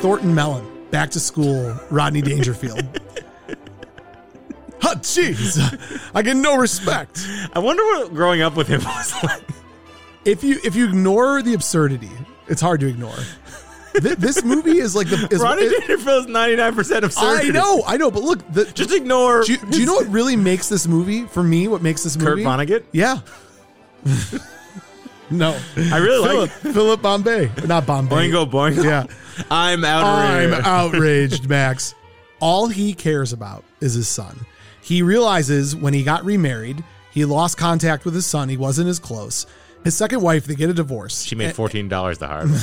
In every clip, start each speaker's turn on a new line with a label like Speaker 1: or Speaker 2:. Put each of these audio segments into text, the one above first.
Speaker 1: Thornton Mellon, back to school, Rodney Dangerfield. Huh, jeez. I get no respect.
Speaker 2: I wonder what growing up with him was like.
Speaker 1: If you if you ignore the absurdity, it's hard to ignore. Th- this movie is like the is,
Speaker 2: Rodney
Speaker 1: it-
Speaker 2: Dangerfield's 99% absurdity.
Speaker 1: I know, I know, but look, the,
Speaker 2: Just ignore
Speaker 1: do, you, do you know what really makes this movie for me? What makes this
Speaker 2: Kurt
Speaker 1: movie?
Speaker 2: Vonnegut.
Speaker 1: Yeah. no.
Speaker 2: I really
Speaker 1: Philip,
Speaker 2: like
Speaker 1: Philip Bombay. Not Bombay.
Speaker 2: Boingo Boingo.
Speaker 1: Yeah.
Speaker 2: I'm out
Speaker 1: I'm
Speaker 2: of
Speaker 1: outraged, Max. All he cares about is his son. He realizes when he got remarried, he lost contact with his son. He wasn't as close. His second wife, they get a divorce.
Speaker 2: She made $14 the hard way.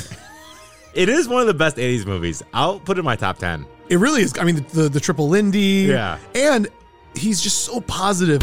Speaker 2: It is one of the best 80s movies. I'll put it in my top 10.
Speaker 1: It really is. I mean, the, the, the triple Lindy.
Speaker 2: Yeah.
Speaker 1: And he's just so positive.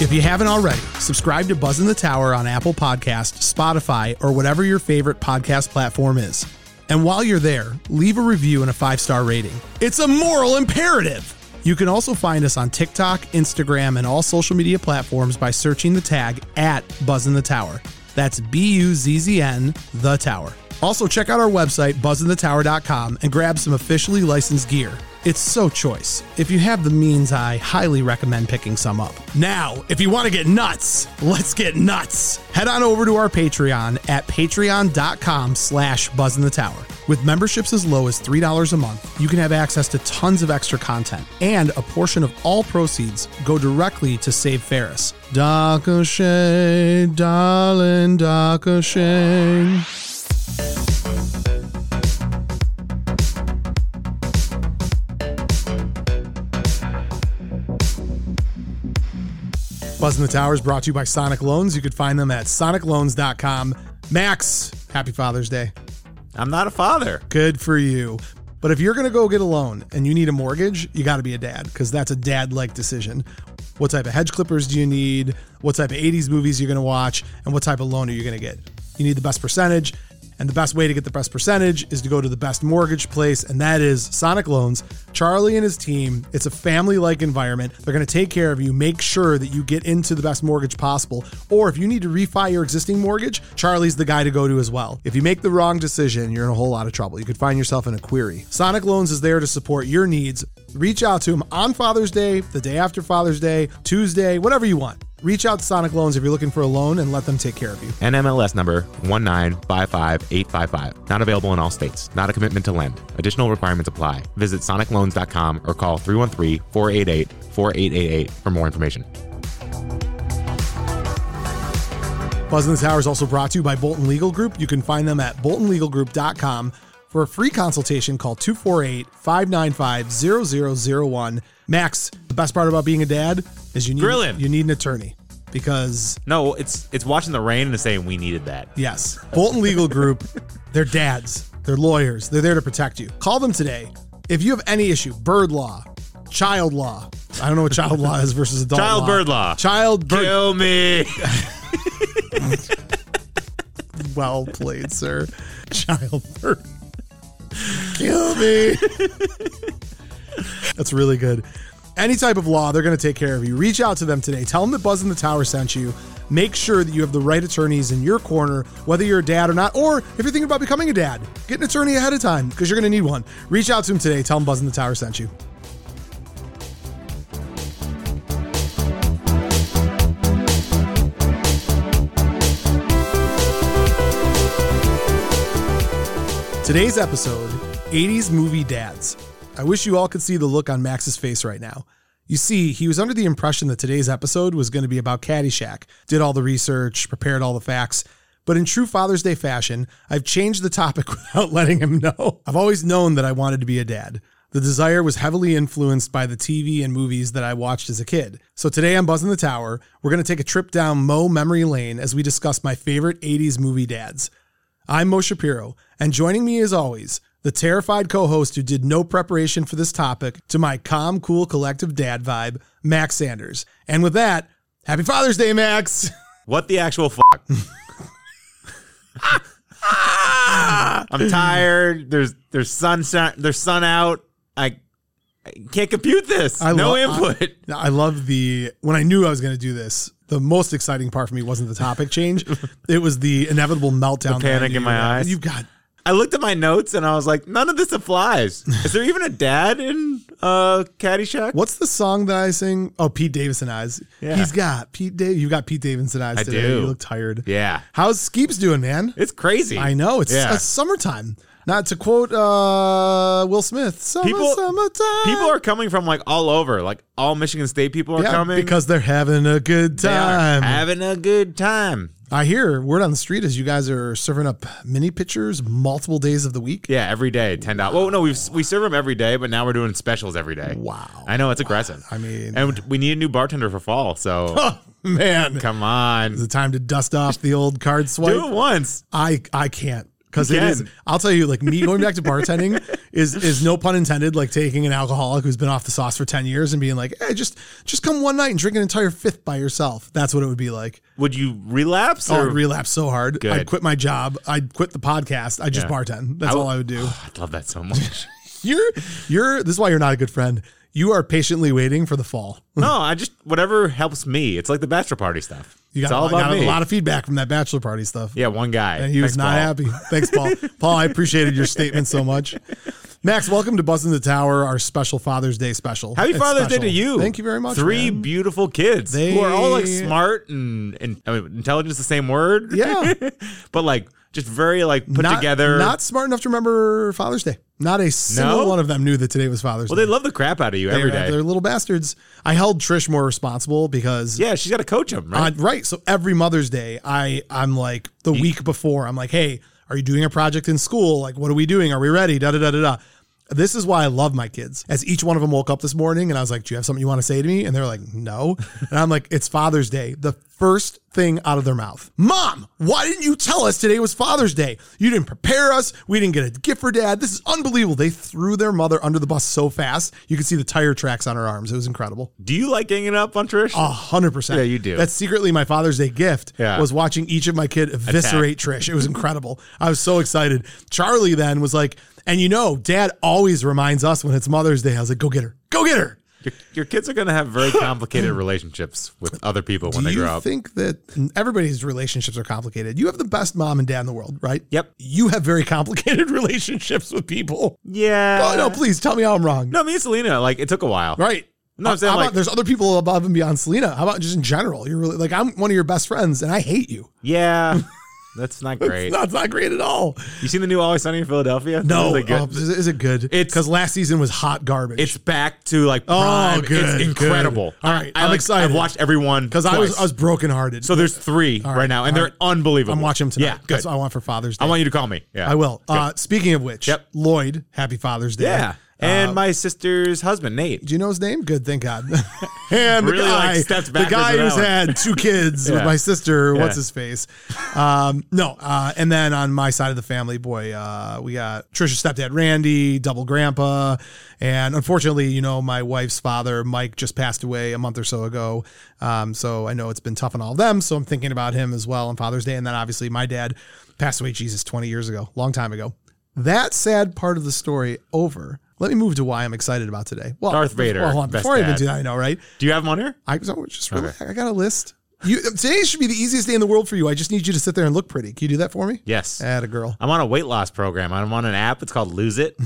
Speaker 1: If you haven't already, subscribe to Buzz in the Tower on Apple Podcast, Spotify, or whatever your favorite podcast platform is. And while you're there, leave a review and a five-star rating. It's a moral imperative. You can also find us on TikTok, Instagram, and all social media platforms by searching the tag at Buzz in the Tower. That's B-U-Z-Z-N, The Tower. Also, check out our website, buzzinthetower.com, and grab some officially licensed gear. It's so choice. If you have the means, I highly recommend picking some up. Now, if you want to get nuts, let's get nuts. Head on over to our Patreon at patreon.com slash buzzinthetower. With memberships as low as $3 a month, you can have access to tons of extra content, and a portion of all proceeds go directly to Save Ferris. Doc O'Shea, darling Doc O'Shea. Buzz in the Tower is brought to you by Sonic Loans. You could find them at sonicloans.com. Max, happy Father's Day.
Speaker 2: I'm not a father.
Speaker 1: Good for you. But if you're going to go get a loan and you need a mortgage, you got to be a dad because that's a dad like decision. What type of hedge clippers do you need? What type of 80s movies you're going to watch? And what type of loan are you going to get? You need the best percentage. And the best way to get the best percentage is to go to the best mortgage place, and that is Sonic Loans. Charlie and his team, it's a family like environment. They're going to take care of you, make sure that you get into the best mortgage possible. Or if you need to refi your existing mortgage, Charlie's the guy to go to as well. If you make the wrong decision, you're in a whole lot of trouble. You could find yourself in a query. Sonic Loans is there to support your needs. Reach out to him on Father's Day, the day after Father's Day, Tuesday, whatever you want. Reach out to Sonic Loans if you're looking for a loan and let them take care of you.
Speaker 2: NMLS number 1955855. Not available in all states. Not a commitment to lend. Additional requirements apply. Visit sonicloans.com or call 313-488-4888 for more information.
Speaker 1: Buzz in the Tower is also brought to you by Bolton Legal Group. You can find them at boltonlegalgroup.com. For a free consultation, call 248 595 0001. Max, the best part about being a dad is you need,
Speaker 2: Grilling.
Speaker 1: you need an attorney because,
Speaker 2: No, it's it's watching the rain and saying we needed that.
Speaker 1: yes, Bolton Legal Group, they're dads, they're lawyers, they're there to protect you. Call them today. If you have any issue, bird law, child law, I don't know what child law is versus adult
Speaker 2: Child
Speaker 1: law.
Speaker 2: bird law.
Speaker 1: Child bird
Speaker 2: Kill me.
Speaker 1: Well played, sir. Childbirth. Kill me. That's really good. Any type of law, they're going to take care of you. Reach out to them today. Tell them that Buzz in the Tower sent you. Make sure that you have the right attorneys in your corner, whether you're a dad or not, or if you're thinking about becoming a dad, get an attorney ahead of time because you're going to need one. Reach out to them today. Tell them Buzz in the Tower sent you. Today's episode 80s movie dads. I wish you all could see the look on Max's face right now. You see, he was under the impression that today's episode was going to be about Caddyshack, did all the research, prepared all the facts. But in true Father's Day fashion, I've changed the topic without letting him know. I've always known that I wanted to be a dad. The desire was heavily influenced by the TV and movies that I watched as a kid. So today on Buzzing the Tower, we're going to take a trip down Mo memory lane as we discuss my favorite 80s movie dads. I'm Mo Shapiro, and joining me as always, the terrified co host who did no preparation for this topic to my calm, cool, collective dad vibe, Max Sanders. And with that, happy Father's Day, Max!
Speaker 2: What the actual fuck? I'm tired. There's there's sun there's sun out. I, I can't compute this.
Speaker 1: I
Speaker 2: no
Speaker 1: lo-
Speaker 2: input.
Speaker 1: Now, I love the when I knew I was going to do this. The most exciting part for me wasn't the topic change; it was the inevitable meltdown,
Speaker 2: The
Speaker 1: that I
Speaker 2: panic
Speaker 1: knew
Speaker 2: in my
Speaker 1: you were-
Speaker 2: eyes.
Speaker 1: You've got
Speaker 2: I looked at my notes and I was like, none of this applies. Is there even a dad in uh Caddyshack?
Speaker 1: what's the song that I sing? Oh, Pete Davidson eyes.
Speaker 2: Yeah.
Speaker 1: He's got Pete. Da- you've got Pete Davidson eyes
Speaker 2: I
Speaker 1: today.
Speaker 2: do.
Speaker 1: You look tired.
Speaker 2: Yeah.
Speaker 1: How's Skeeps doing, man?
Speaker 2: It's crazy.
Speaker 1: I know it's,
Speaker 2: Yeah.
Speaker 1: it's summertime. Not to quote uh, Will Smith, summer,
Speaker 2: People-
Speaker 1: summertime.
Speaker 2: People are coming from like all over. Like all Michigan State people are
Speaker 1: yeah,
Speaker 2: coming.
Speaker 1: because they're having a good
Speaker 2: they are
Speaker 1: time.
Speaker 2: having a good time.
Speaker 1: I hear word on the street is you guys are serving up mini pitchers multiple days of the week.
Speaker 2: Yeah, every day, ten dollars. Well, no, we we serve them every day, but now we're doing specials every day.
Speaker 1: Wow.
Speaker 2: I know it's aggressive.
Speaker 1: I mean-
Speaker 2: and we need a new bartender for fall. So
Speaker 1: Oh, man.
Speaker 2: come on,
Speaker 1: the time to dust off the old card swipe.
Speaker 2: do it once.
Speaker 1: I I can't because
Speaker 2: You
Speaker 1: it
Speaker 2: can.
Speaker 1: is. I'll tell you, like me going back to bartending is is no pun intended. Like taking an alcoholic who's been off the sauce for ten years and being like, hey, just just come one night and drink an entire fifth by yourself. That's what it would be like.
Speaker 2: Would you relapse?
Speaker 1: Oh,
Speaker 2: or-
Speaker 1: I'd relapse so hard.
Speaker 2: Good.
Speaker 1: I'd quit my job. I'd quit the podcast. I would just
Speaker 2: Yeah.
Speaker 1: bartend. That's
Speaker 2: I
Speaker 1: all
Speaker 2: would-
Speaker 1: I would do.
Speaker 2: I'd love that so much.
Speaker 1: You're you're. This is why you're not a good friend. You are patiently waiting for the fall.
Speaker 2: no, I just whatever helps me. It's like the bachelor party stuff.
Speaker 1: You
Speaker 2: it's
Speaker 1: got,
Speaker 2: all
Speaker 1: I
Speaker 2: about
Speaker 1: got
Speaker 2: me.
Speaker 1: a lot of feedback from that bachelor party stuff.
Speaker 2: yeah, one guy.
Speaker 1: And he was
Speaker 2: Thanks,
Speaker 1: not
Speaker 2: Paul.
Speaker 1: happy. Thanks, Paul. Paul, I appreciated your statement so much. Max, welcome to Buzzing the Tower, our special Father's Day special.
Speaker 2: Happy
Speaker 1: It's
Speaker 2: Father's Day
Speaker 1: special.
Speaker 2: to you.
Speaker 1: Thank you very much.
Speaker 2: Three
Speaker 1: man.
Speaker 2: beautiful kids
Speaker 1: They-
Speaker 2: who are all like smart and, and I mean, intelligence, the same word.
Speaker 1: Yeah.
Speaker 2: but like just very like put
Speaker 1: not,
Speaker 2: together.
Speaker 1: Not smart enough to remember Father's Day. Not a single
Speaker 2: No?
Speaker 1: one of them knew that today was Father's
Speaker 2: well, they
Speaker 1: Day.
Speaker 2: love the crap out of you every
Speaker 1: They're-
Speaker 2: day.
Speaker 1: They're little bastards. I held Trish more responsible because
Speaker 2: yeah, she's got to coach them,
Speaker 1: Uh,
Speaker 2: right?
Speaker 1: right. So every Mother's Day, I I'm like the week before, I'm like, hey, are you doing a project in school? Like, what are we doing? Are we ready? Da da da da da. This is why I love my kids. As each one of them woke up this morning, and I was like, "Do you have something you want to say to me?" And they're like, "No." And I'm like, "It's Father's Day." The first thing out of their mouth, "Mom, why didn't you tell us today was Father's Day? You didn't prepare us. We didn't get a gift for Dad. This is unbelievable." They threw their mother under the bus so fast, you could see the tire tracks on her arms. It was incredible.
Speaker 2: Do you like ganging up on Trish?
Speaker 1: A hundred percent.
Speaker 2: Yeah, you do.
Speaker 1: That's secretly my Father's Day gift.
Speaker 2: Yeah.
Speaker 1: Was watching each of my kid eviscerate Trish. It was incredible. I was so excited. Charlie then was like, and you know, Dad always reminds us when it's Mother's Day. I was like, go get her, go get her.
Speaker 2: your, your kids are going to have very complicated relationships with other people when
Speaker 1: Do
Speaker 2: they
Speaker 1: you
Speaker 2: grow up.
Speaker 1: think that everybody's relationships are complicated? You have the best mom and dad in the world, right?
Speaker 2: Yep.
Speaker 1: You have very complicated relationships with people.
Speaker 2: yeah.
Speaker 1: oh no, please tell me how I'm wrong.
Speaker 2: Uh, No, me and Selena, like it took a while.
Speaker 1: Right.
Speaker 2: No, I'm
Speaker 1: How-
Speaker 2: saying,
Speaker 1: how
Speaker 2: like-
Speaker 1: about there's other people above and beyond Selena? How about just in general? You're really like I'm one of your best friends, and I hate you.
Speaker 2: Yeah. That's not great.
Speaker 1: That's not great at all.
Speaker 2: you seen the new Always Sunny in Philadelphia?
Speaker 1: No,
Speaker 2: Really good.
Speaker 1: Oh, is, it- is it good?
Speaker 2: It's-
Speaker 1: because last season was hot garbage.
Speaker 2: It's back to like prime.
Speaker 1: Oh, good,
Speaker 2: It's
Speaker 1: good.
Speaker 2: incredible.
Speaker 1: All right,
Speaker 2: I,
Speaker 1: I'm
Speaker 2: like,
Speaker 1: excited.
Speaker 2: I've watched everyone
Speaker 1: because I was
Speaker 2: twice.
Speaker 1: I was brokenhearted.
Speaker 2: so there's three right, now, and they're unbelievable.
Speaker 1: I'm watching them tonight.
Speaker 2: Yeah, good.
Speaker 1: That's what I want for Father's Day.
Speaker 2: I
Speaker 1: I,
Speaker 2: want you to call me. Yeah,
Speaker 1: will. Uh, speaking of which,
Speaker 2: Yep.
Speaker 1: Lloyd, happy Father's Day.
Speaker 2: Yeah, and
Speaker 1: Uh,
Speaker 2: my sister's husband Nate.
Speaker 1: Do you know his name? Good, thank God. and the
Speaker 2: Really,
Speaker 1: guy,
Speaker 2: like, stepped
Speaker 1: the
Speaker 2: backwards
Speaker 1: guy
Speaker 2: with that
Speaker 1: who's
Speaker 2: one.
Speaker 1: had two kids with
Speaker 2: Yeah.
Speaker 1: my sister. What's
Speaker 2: Yeah.
Speaker 1: his face? Um, no, uh, and then on my side of the family, boy, uh, we got Trisha's stepdad Randy, double grandpa, and unfortunately, you know, my wife's father Mike just passed away a month or so ago. Um, so I know it's been tough on all of them. So I'm thinking about him as well on Father's Day, and then obviously my dad passed away. Jesus, 20 years ago, long time ago. That sad part of the story over. Let me move to why I'm excited about today. Well,
Speaker 2: Darth Vader,
Speaker 1: well, hold on.
Speaker 2: best
Speaker 1: Before I even
Speaker 2: dad.
Speaker 1: do that, I know, right?
Speaker 2: Do you have him on here?
Speaker 1: I so just relax. I got a list. You today should be the easiest day in the world for you. I just need you to sit there and look pretty. Can you do that for me?
Speaker 2: Yes. Uh,
Speaker 1: Atta girl.
Speaker 2: I'm on a weight loss program. I'm on an app. It's called Lose It.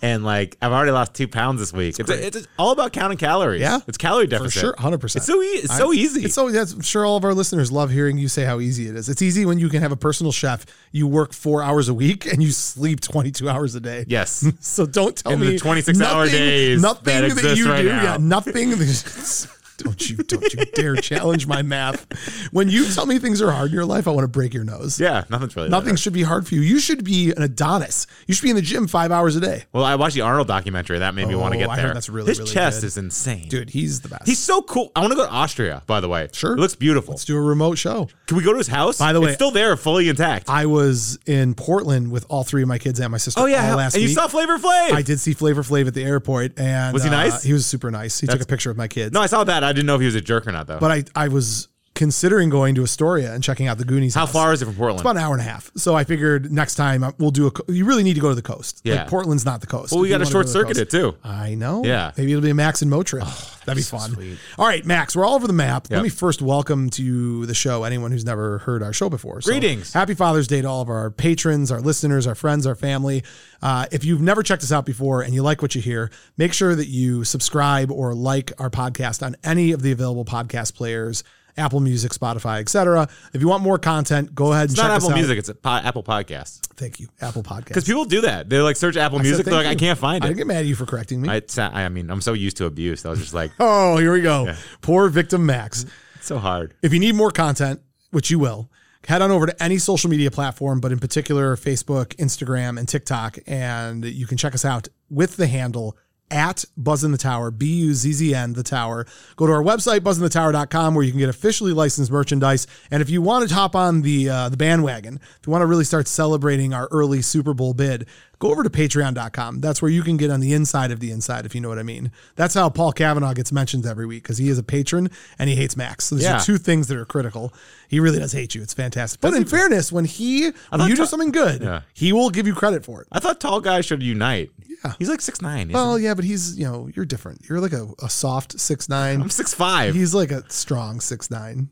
Speaker 2: and like I've already lost two pounds this week. It's,
Speaker 1: great.
Speaker 2: it's, all about counting calories.
Speaker 1: Yeah.
Speaker 2: it's calorie
Speaker 1: For
Speaker 2: deficit
Speaker 1: sure, hundred percent.
Speaker 2: It's so e- it's so easy.
Speaker 1: It's so that's I'm sure all of our listeners love hearing you say how easy it is. It's easy when you can have a personal chef. You work four hours a week and you sleep twenty two hours a day.
Speaker 2: yes,
Speaker 1: So don't tell
Speaker 2: In
Speaker 1: me
Speaker 2: the 26-hour
Speaker 1: nothing-
Speaker 2: days
Speaker 1: Nothing
Speaker 2: that
Speaker 1: that,
Speaker 2: exist
Speaker 1: you
Speaker 2: right
Speaker 1: do.
Speaker 2: now.
Speaker 1: Yeah, nothing. that- don't you don't you dare challenge my math. When you tell me things are hard in your life, I want to break your nose.
Speaker 2: yeah, nothing's really
Speaker 1: Nothing should be hard for you. You should be an Adonis. You should be in the gym five hours a day.
Speaker 2: Well, I watched the Arnold documentary. That made me want to
Speaker 1: Oh,
Speaker 2: get
Speaker 1: I
Speaker 2: there.
Speaker 1: heard that's really,
Speaker 2: his
Speaker 1: really
Speaker 2: chest
Speaker 1: good.
Speaker 2: is insane,
Speaker 1: Dude, he's the best.
Speaker 2: He's so cool. I want to go to Austria. By the way,
Speaker 1: Sure.
Speaker 2: it looks beautiful.
Speaker 1: Let's do a remote show.
Speaker 2: Can we go to his house? By
Speaker 1: the way-
Speaker 2: it's still there, fully intact.
Speaker 1: I was in Portland with all three of my kids and my sister.
Speaker 2: oh yeah,
Speaker 1: all last
Speaker 2: and you
Speaker 1: week.
Speaker 2: saw Flavor Flav.
Speaker 1: I did see Flavor Flav at the airport, and
Speaker 2: Was he
Speaker 1: uh,
Speaker 2: nice?
Speaker 1: he was super nice. He took a picture with my kids.
Speaker 2: no, I saw that. I didn't know if he was a jerk or not though.
Speaker 1: but I I was considering going to Astoria and checking out the Goonies.
Speaker 2: How
Speaker 1: house.
Speaker 2: far is it from Portland?
Speaker 1: It's about an hour and a half. So I figured next time uh, we'll do a. co- You really need to go to the coast.
Speaker 2: Yeah.
Speaker 1: Like Portland's not the coast.
Speaker 2: well, we
Speaker 1: If you
Speaker 2: got to
Speaker 1: wanna go
Speaker 2: short
Speaker 1: to the
Speaker 2: circuit
Speaker 1: coast-
Speaker 2: it too.
Speaker 1: I know.
Speaker 2: Yeah. Oh,
Speaker 1: Maybe it'll be a Max and Mo trip. That'd be fun. All right, Max, we're all over the map. Let
Speaker 2: Yep.
Speaker 1: me first welcome to the show anyone who's never heard our show before. So,
Speaker 2: Greetings.
Speaker 1: Happy Father's Day to all of our patrons, our listeners, our friends, our family. Uh, if you've never checked us out before and you like what you hear, make sure that you subscribe or like our podcast on any of the available podcast players. Apple Music, Spotify, etc. If you want more content, go ahead and
Speaker 2: It's
Speaker 1: check
Speaker 2: not
Speaker 1: us
Speaker 2: Apple
Speaker 1: out.
Speaker 2: Music. It's a po- Apple Podcasts.
Speaker 1: Thank you, Apple Podcast.
Speaker 2: Because people do that. They like search Apple Music. They're like, I can't find
Speaker 1: I
Speaker 2: it.
Speaker 1: didn't get mad at you for correcting me.
Speaker 2: I, it's not- I mean, I'm so used to abuse. I was just like,
Speaker 1: oh, here we go. Poor victim Max.
Speaker 2: it's so hard.
Speaker 1: If you need more content, which you will, head on over to any social media platform, but in particular Facebook, Instagram, and TikTok, and you can check us out with the handle at Buzz in the Tower, B U Z Z N, the Tower. Go to our website, buzzinthetower.com, where you can get officially licensed merchandise. And if you want to hop on the uh, the bandwagon, if you want to really start celebrating our early Super Bowl bid, go over to patreon.com. That's where you can get on the inside of the inside, if you know what I mean. That's how Paul Kavanaugh gets mentioned every week because he is a patron and he hates Max. So there's
Speaker 2: Yeah.
Speaker 1: are two things that are critical. He really does hate you. It's fantastic. But in fairness, when he when
Speaker 2: thought
Speaker 1: you do
Speaker 2: Ta-
Speaker 1: something good,
Speaker 2: Yeah.
Speaker 1: he will give you credit for it.
Speaker 2: I thought tall guys should unite. Yeah. He's like six nine.
Speaker 1: Well, yeah, but he's you know you're different. You're like a, a soft six nine.
Speaker 2: I'm six five.
Speaker 1: He's like a strong six nine.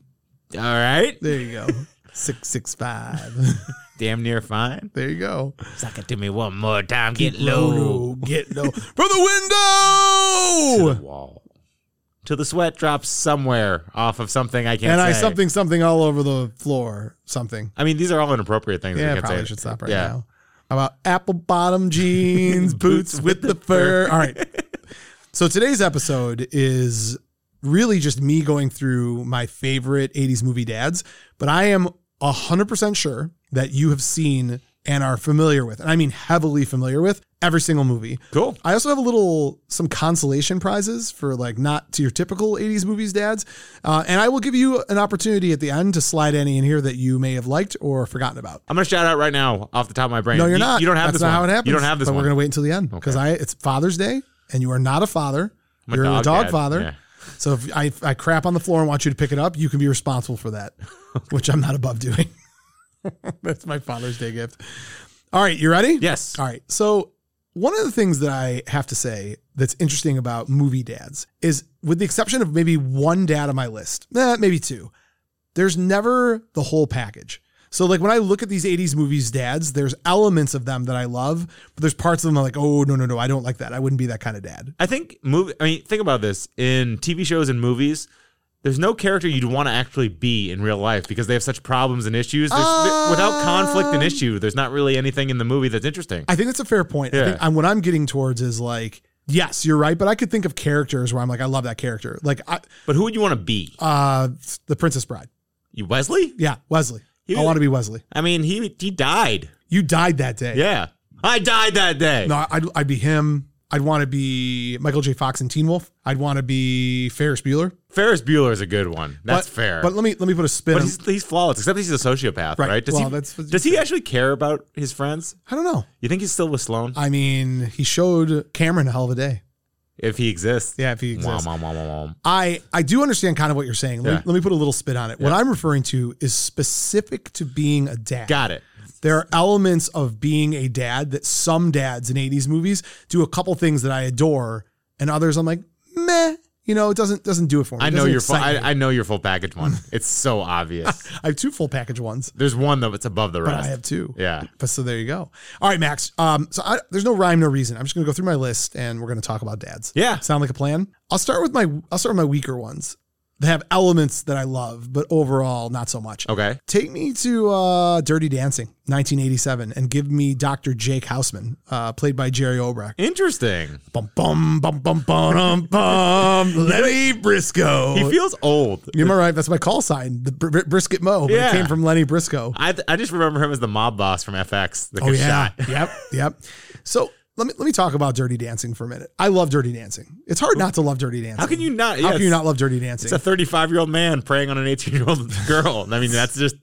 Speaker 2: All right.
Speaker 1: There you go. six six five.
Speaker 2: Damn near fine.
Speaker 1: There you go.
Speaker 2: Suck it to me one more time. Get
Speaker 1: Oh, get low from the
Speaker 2: To
Speaker 1: window.
Speaker 2: the wall. Till the sweat drops somewhere off of something I can't
Speaker 1: And
Speaker 2: say.
Speaker 1: I something something all over the floor. Something.
Speaker 2: I mean, these are all inappropriate things.
Speaker 1: Yeah,
Speaker 2: we can't
Speaker 1: probably
Speaker 2: say.
Speaker 1: should stop right
Speaker 2: Yeah.
Speaker 1: now. How about apple bottom jeans, boots with the fur? All right. So today's episode is really just me going through my favorite 80s movie dads, but I am 100% sure that you have seen and are familiar with, and I mean heavily familiar with, every single movie.
Speaker 2: Cool.
Speaker 1: I also have a little some consolation prizes for like not to your typical 80s movies dads. Uh, and I will give you an opportunity at the end to slide any in here that you may have liked or forgotten about.
Speaker 2: I'm gonna shout out right now off the top of my brain.
Speaker 1: No, you're
Speaker 2: You-
Speaker 1: not.
Speaker 2: You don't have
Speaker 1: That's
Speaker 2: this
Speaker 1: not
Speaker 2: one.
Speaker 1: how it happens.
Speaker 2: You don't have this
Speaker 1: but
Speaker 2: one.
Speaker 1: We're gonna wait until the end because I it's Father's Day and you are not a father.
Speaker 2: a
Speaker 1: You're
Speaker 2: dog
Speaker 1: a dog
Speaker 2: dad.
Speaker 1: father.
Speaker 2: Yeah.
Speaker 1: So if I, if I crap on the floor and want you to pick it up, you can be responsible for that, which I'm not above doing. That's my Father's Day gift. All right, you ready?
Speaker 2: yes.
Speaker 1: All right. So, one of the things that I have to say that's interesting about movie dads is, with the exception of maybe one dad on my list, eh, maybe two, there's never the whole package. So, like when I look at these 80s movies, dads, there's elements of them that I love, but there's parts of them I'm like, oh, no, no, no, I don't like that. I wouldn't be that kind of dad.
Speaker 2: I think movie. I mean, think about this in TV shows and movies. There's no character you'd want to actually be in real life because they have such problems and issues. There's, without conflict
Speaker 1: Um,
Speaker 2: and issue, there's not really anything in the movie that's interesting.
Speaker 1: I think that's a fair point. I
Speaker 2: Yeah.
Speaker 1: think I'm, what I'm getting towards is like, yes, you're right, but I could think of characters where I'm like, I love that character. Like, I,
Speaker 2: but who would you want to be?
Speaker 1: uh, The Princess Bride.
Speaker 2: You Wesley?
Speaker 1: Yeah, Wesley.
Speaker 2: He-
Speaker 1: I want to be Wesley.
Speaker 2: I mean, he he died.
Speaker 1: You died that day.
Speaker 2: Yeah, I died that day.
Speaker 1: No, I'd, I'd be him. I'd want to be Michael J. Fox and Teen Wolf. I'd want to be Ferris Bueller.
Speaker 2: Ferris Bueller is a good one. That's
Speaker 1: But-
Speaker 2: fair.
Speaker 1: But let me let me put a spin.
Speaker 2: But
Speaker 1: on-
Speaker 2: he's, he's flawless, except he's a sociopath,
Speaker 1: Right.
Speaker 2: right? Does
Speaker 1: Well,
Speaker 2: he
Speaker 1: that's what you
Speaker 2: does he actually care about his friends?
Speaker 1: I don't know.
Speaker 2: You think he's still with Sloan
Speaker 1: I mean, he showed Cameron a hell of a day.
Speaker 2: if he exists?
Speaker 1: Yeah, if he exists.
Speaker 2: Wah, wah, wah, wah, wah.
Speaker 1: I I do understand kind of what you're saying. Let,
Speaker 2: Yeah.
Speaker 1: me, let me put a little spin on it. What I'm referring to is specific to being a dad.
Speaker 2: Got it.
Speaker 1: there are elements of being a dad that some dads in 80s movies do a couple things that I adore, and others I'm like, meh. you know, it doesn't doesn't do it for me.
Speaker 2: I
Speaker 1: It
Speaker 2: know
Speaker 1: doesn't
Speaker 2: your full.
Speaker 1: excite me.
Speaker 2: I, I know your full package one. It's so obvious.
Speaker 1: I have two full package ones,
Speaker 2: There's one though. It's above the
Speaker 1: but
Speaker 2: rest.
Speaker 1: I have two.
Speaker 2: yeah.
Speaker 1: But so there you go. All right, Max. Um, so I, there's no rhyme, no reason. I'm just gonna go through my list and we're gonna talk about dads.
Speaker 2: Yeah.
Speaker 1: Sound like a plan? I'll start with my I'll start with my weaker ones that have elements that I love, but overall not so much.
Speaker 2: Okay.
Speaker 1: Take me to uh, Dirty Dancing, 1987, and give me Dr. Jake Houseman, uh, played by Jerry Obrack.
Speaker 2: Interesting.
Speaker 1: Bum bum bum bum bum bum. Lenny Briscoe.
Speaker 2: He feels old.
Speaker 1: You're my right. That's my call sign, the br- Br- Brisket Mo. But
Speaker 2: Yeah.
Speaker 1: It came from Lenny Briscoe.
Speaker 2: I th- I just remember him as the mob boss from FX. That
Speaker 1: Oh
Speaker 2: gets
Speaker 1: yeah.
Speaker 2: Shot.
Speaker 1: yep. Yep. So let me let me talk about Dirty Dancing for a minute. I love Dirty Dancing. It's hard not to love Dirty Dancing.
Speaker 2: How can you not?
Speaker 1: How
Speaker 2: yeah,
Speaker 1: can you
Speaker 2: it's-
Speaker 1: not love Dirty Dancing?
Speaker 2: It's a 35 year old man preying on an 18 year old girl. I mean, that's just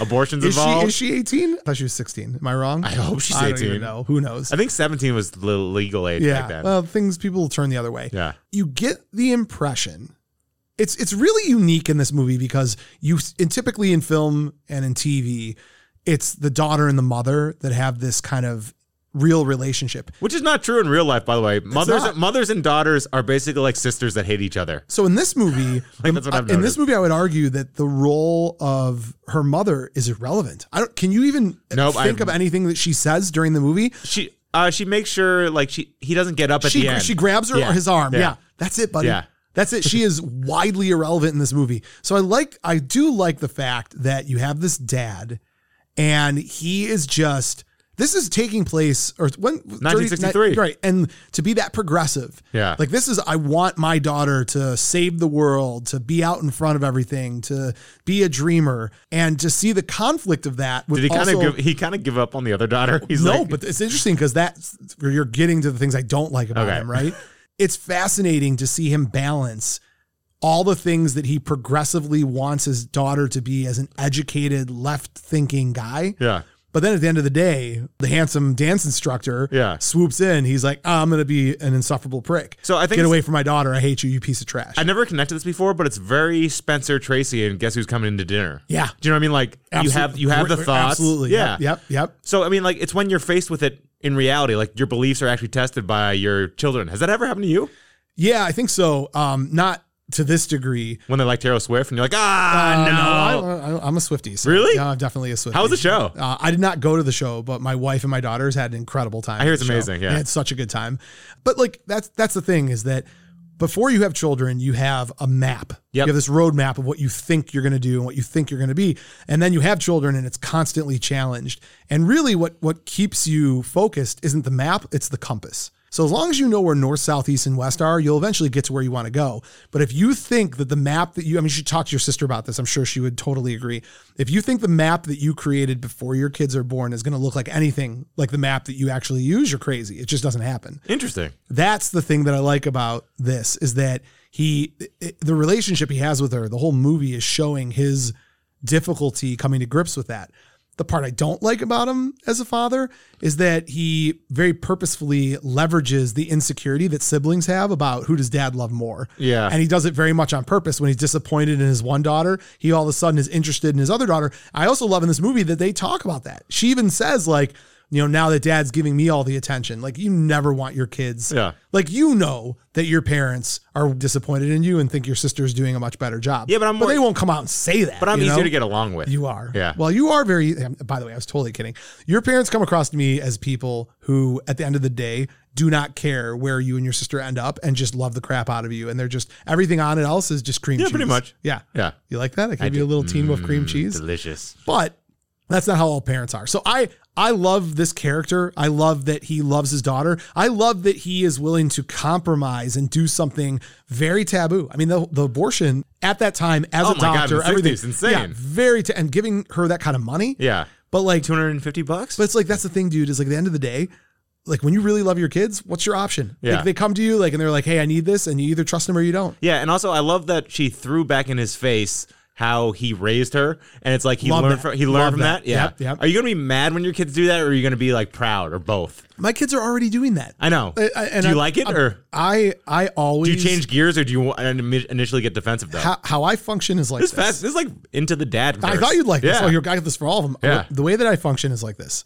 Speaker 2: abortions
Speaker 1: Is she
Speaker 2: involved.
Speaker 1: is she 18? I thought she was 16. Am I wrong?
Speaker 2: I hope she's
Speaker 1: I don't
Speaker 2: 18.
Speaker 1: even know. Who knows?
Speaker 2: I think 17 was the legal age
Speaker 1: yeah.
Speaker 2: back then.
Speaker 1: Well, things people turn the other way.
Speaker 2: yeah.
Speaker 1: you get the impression it's it's really unique in this movie because you and typically in film and in TV it's the daughter and the mother that have this kind of real relationship.
Speaker 2: Which is not true in real life, by the way. Mothers,
Speaker 1: not.
Speaker 2: mothers and daughters are basically like sisters that hate each other.
Speaker 1: So in this movie
Speaker 2: Like, that's what I've
Speaker 1: in this
Speaker 2: noticed.
Speaker 1: movie I would argue that the role of her mother is irrelevant. I don't can you even
Speaker 2: Nope,
Speaker 1: think
Speaker 2: I-
Speaker 1: of anything that she says during the movie?
Speaker 2: She, uh, she makes sure like she he doesn't get up at
Speaker 1: she
Speaker 2: the end.
Speaker 1: she grabs her
Speaker 2: Yeah.
Speaker 1: his arm. Yeah.
Speaker 2: Yeah.
Speaker 1: That's it, buddy.
Speaker 2: Yeah.
Speaker 1: That's it. She is widely irrelevant in this movie. So I like I do like the fact that you have this dad and he is just this is taking place or when
Speaker 2: 1963.
Speaker 1: right and to be that progressive
Speaker 2: Yeah.
Speaker 1: like this is i want my daughter to save the world to be out in front of everything to be a dreamer and to see the conflict of that with
Speaker 2: Did he kind of
Speaker 1: also-
Speaker 2: give? He kind of give up on the other daughter. He's
Speaker 1: no,
Speaker 2: like,
Speaker 1: but it's interesting because that's where you're getting to the things I don't like about
Speaker 2: Okay.
Speaker 1: him, right? It's fascinating to see him balance all the things that he progressively wants his daughter to be as an educated, left thinking guy.
Speaker 2: yeah,
Speaker 1: But then at the end of the day, the handsome dance instructor
Speaker 2: Yeah.
Speaker 1: swoops in. He's like, "Ah, I'm going to be an insufferable prick.
Speaker 2: So I think
Speaker 1: Get
Speaker 2: it's-
Speaker 1: away from my daughter. I hate you, you piece of trash.
Speaker 2: I never connected this before, but it's very Spencer Tracy and guess who's coming into dinner.
Speaker 1: yeah.
Speaker 2: Do you know what I mean? Like
Speaker 1: Absolute-
Speaker 2: you have you have the thoughts.
Speaker 1: Absolutely.
Speaker 2: Yeah.
Speaker 1: Yep. Yep. yep.
Speaker 2: So I mean, like it's when you're faced with it in reality, like your beliefs are actually tested by your children. Has that ever happened to you?
Speaker 1: Yeah, I think so. Um, not to this degree.
Speaker 2: When they like Taylor Swift and you're like,
Speaker 1: Uh,
Speaker 2: ah, no.
Speaker 1: I, I, I'm a Swifty. so-
Speaker 2: Really?
Speaker 1: Yeah, I'm definitely a Swifty.
Speaker 2: How was the show?
Speaker 1: Uh, I did not go to the show, but my wife and my daughters had an incredible time. I
Speaker 2: hear it's amazing, yeah.
Speaker 1: they had such a good time. But like that's that's the thing is that before you have children, you have a map. You
Speaker 2: Yep.
Speaker 1: have this roadmap of what you think you're going to do and what you think you're going to be, and then you have children, and it's constantly challenged. And really, what what keeps you focused isn't the map; it's the compass. So as long as you know where north, south, east, and west are, you'll eventually get to where you want to go. But if you think that the map that you, I mean, you should talk to your sister about this. I'm sure she would totally agree. If you think the map that you created before your kids are born is going to look like anything like the map that you actually use, you're crazy. It just doesn't happen
Speaker 2: Interesting.
Speaker 1: that's the thing that I like about this is that he it- the relationship he has with her the whole movie is showing his difficulty coming to grips with that the part I don't like about him as a father is that he very purposefully leverages the insecurity that siblings have about who does dad love more
Speaker 2: Yeah.
Speaker 1: and he does it very much on purpose when he's disappointed in his one daughter he all of a sudden is interested in his other daughter I also love in this movie that they talk about that she even says like you know now that dad's giving me all the attention like you never want your kids
Speaker 2: Yeah.
Speaker 1: like you know that your parents are disappointed in you and think your sister's doing a much better job.
Speaker 2: Yeah, but I'm more-
Speaker 1: they won't come out and say that.
Speaker 2: But I'm
Speaker 1: you
Speaker 2: easier
Speaker 1: know?
Speaker 2: to get along with.
Speaker 1: You are.
Speaker 2: Yeah.
Speaker 1: Well, you are very. By the way, I was totally kidding. Your parents come across to me as people who, at the end of the day, do not care where you and your sister end up and just love the crap out of you. And they're just everything on it else is just cream
Speaker 2: Yeah,
Speaker 1: cheese.
Speaker 2: pretty much. Mm,
Speaker 1: Yeah.
Speaker 2: yeah.
Speaker 1: You like that? I gave you a little team of cream cheese
Speaker 2: Delicious.
Speaker 1: but that's not how all parents are. So I I love this character. I love that he loves his daughter. I love that he is willing to compromise and do something very taboo. I mean, the, the abortion at that time as
Speaker 2: Oh
Speaker 1: a
Speaker 2: my God,
Speaker 1: doctor,
Speaker 2: in the 60s,
Speaker 1: everything's
Speaker 2: insane.
Speaker 1: Yeah, very ta- and giving her that kind of money.
Speaker 2: Yeah.
Speaker 1: But like,
Speaker 2: 250 bucks?
Speaker 1: but it's like that's the thing, dude. Is like at the end of the day, like when you really love your kids, what's your option?
Speaker 2: Yeah.
Speaker 1: Like they come to you like and they're like, hey, I need this, and you either trust them or you don't.
Speaker 2: yeah. And also I love that she threw back in his face how he raised her. And it's like he
Speaker 1: Love
Speaker 2: learned
Speaker 1: that.
Speaker 2: from he
Speaker 1: Love
Speaker 2: learned from
Speaker 1: that.
Speaker 2: that. Yeah.
Speaker 1: Yep, yep.
Speaker 2: Are you gonna be mad when your kids do that or are you gonna be like proud or both?
Speaker 1: My kids are already doing that.
Speaker 2: I know.
Speaker 1: I- I- and
Speaker 2: do you
Speaker 1: I-
Speaker 2: like it or
Speaker 1: I I always
Speaker 2: do you change gears or do you wa- inimi- initially get defensive though?
Speaker 1: how, how I function is like
Speaker 2: This
Speaker 1: this.
Speaker 2: fast. This is like into the dad.
Speaker 1: I
Speaker 2: verse.
Speaker 1: thought you'd like this.
Speaker 2: Yeah.
Speaker 1: Oh, you're, I got this for all of them.
Speaker 2: Yeah.
Speaker 1: The way that I function is like this.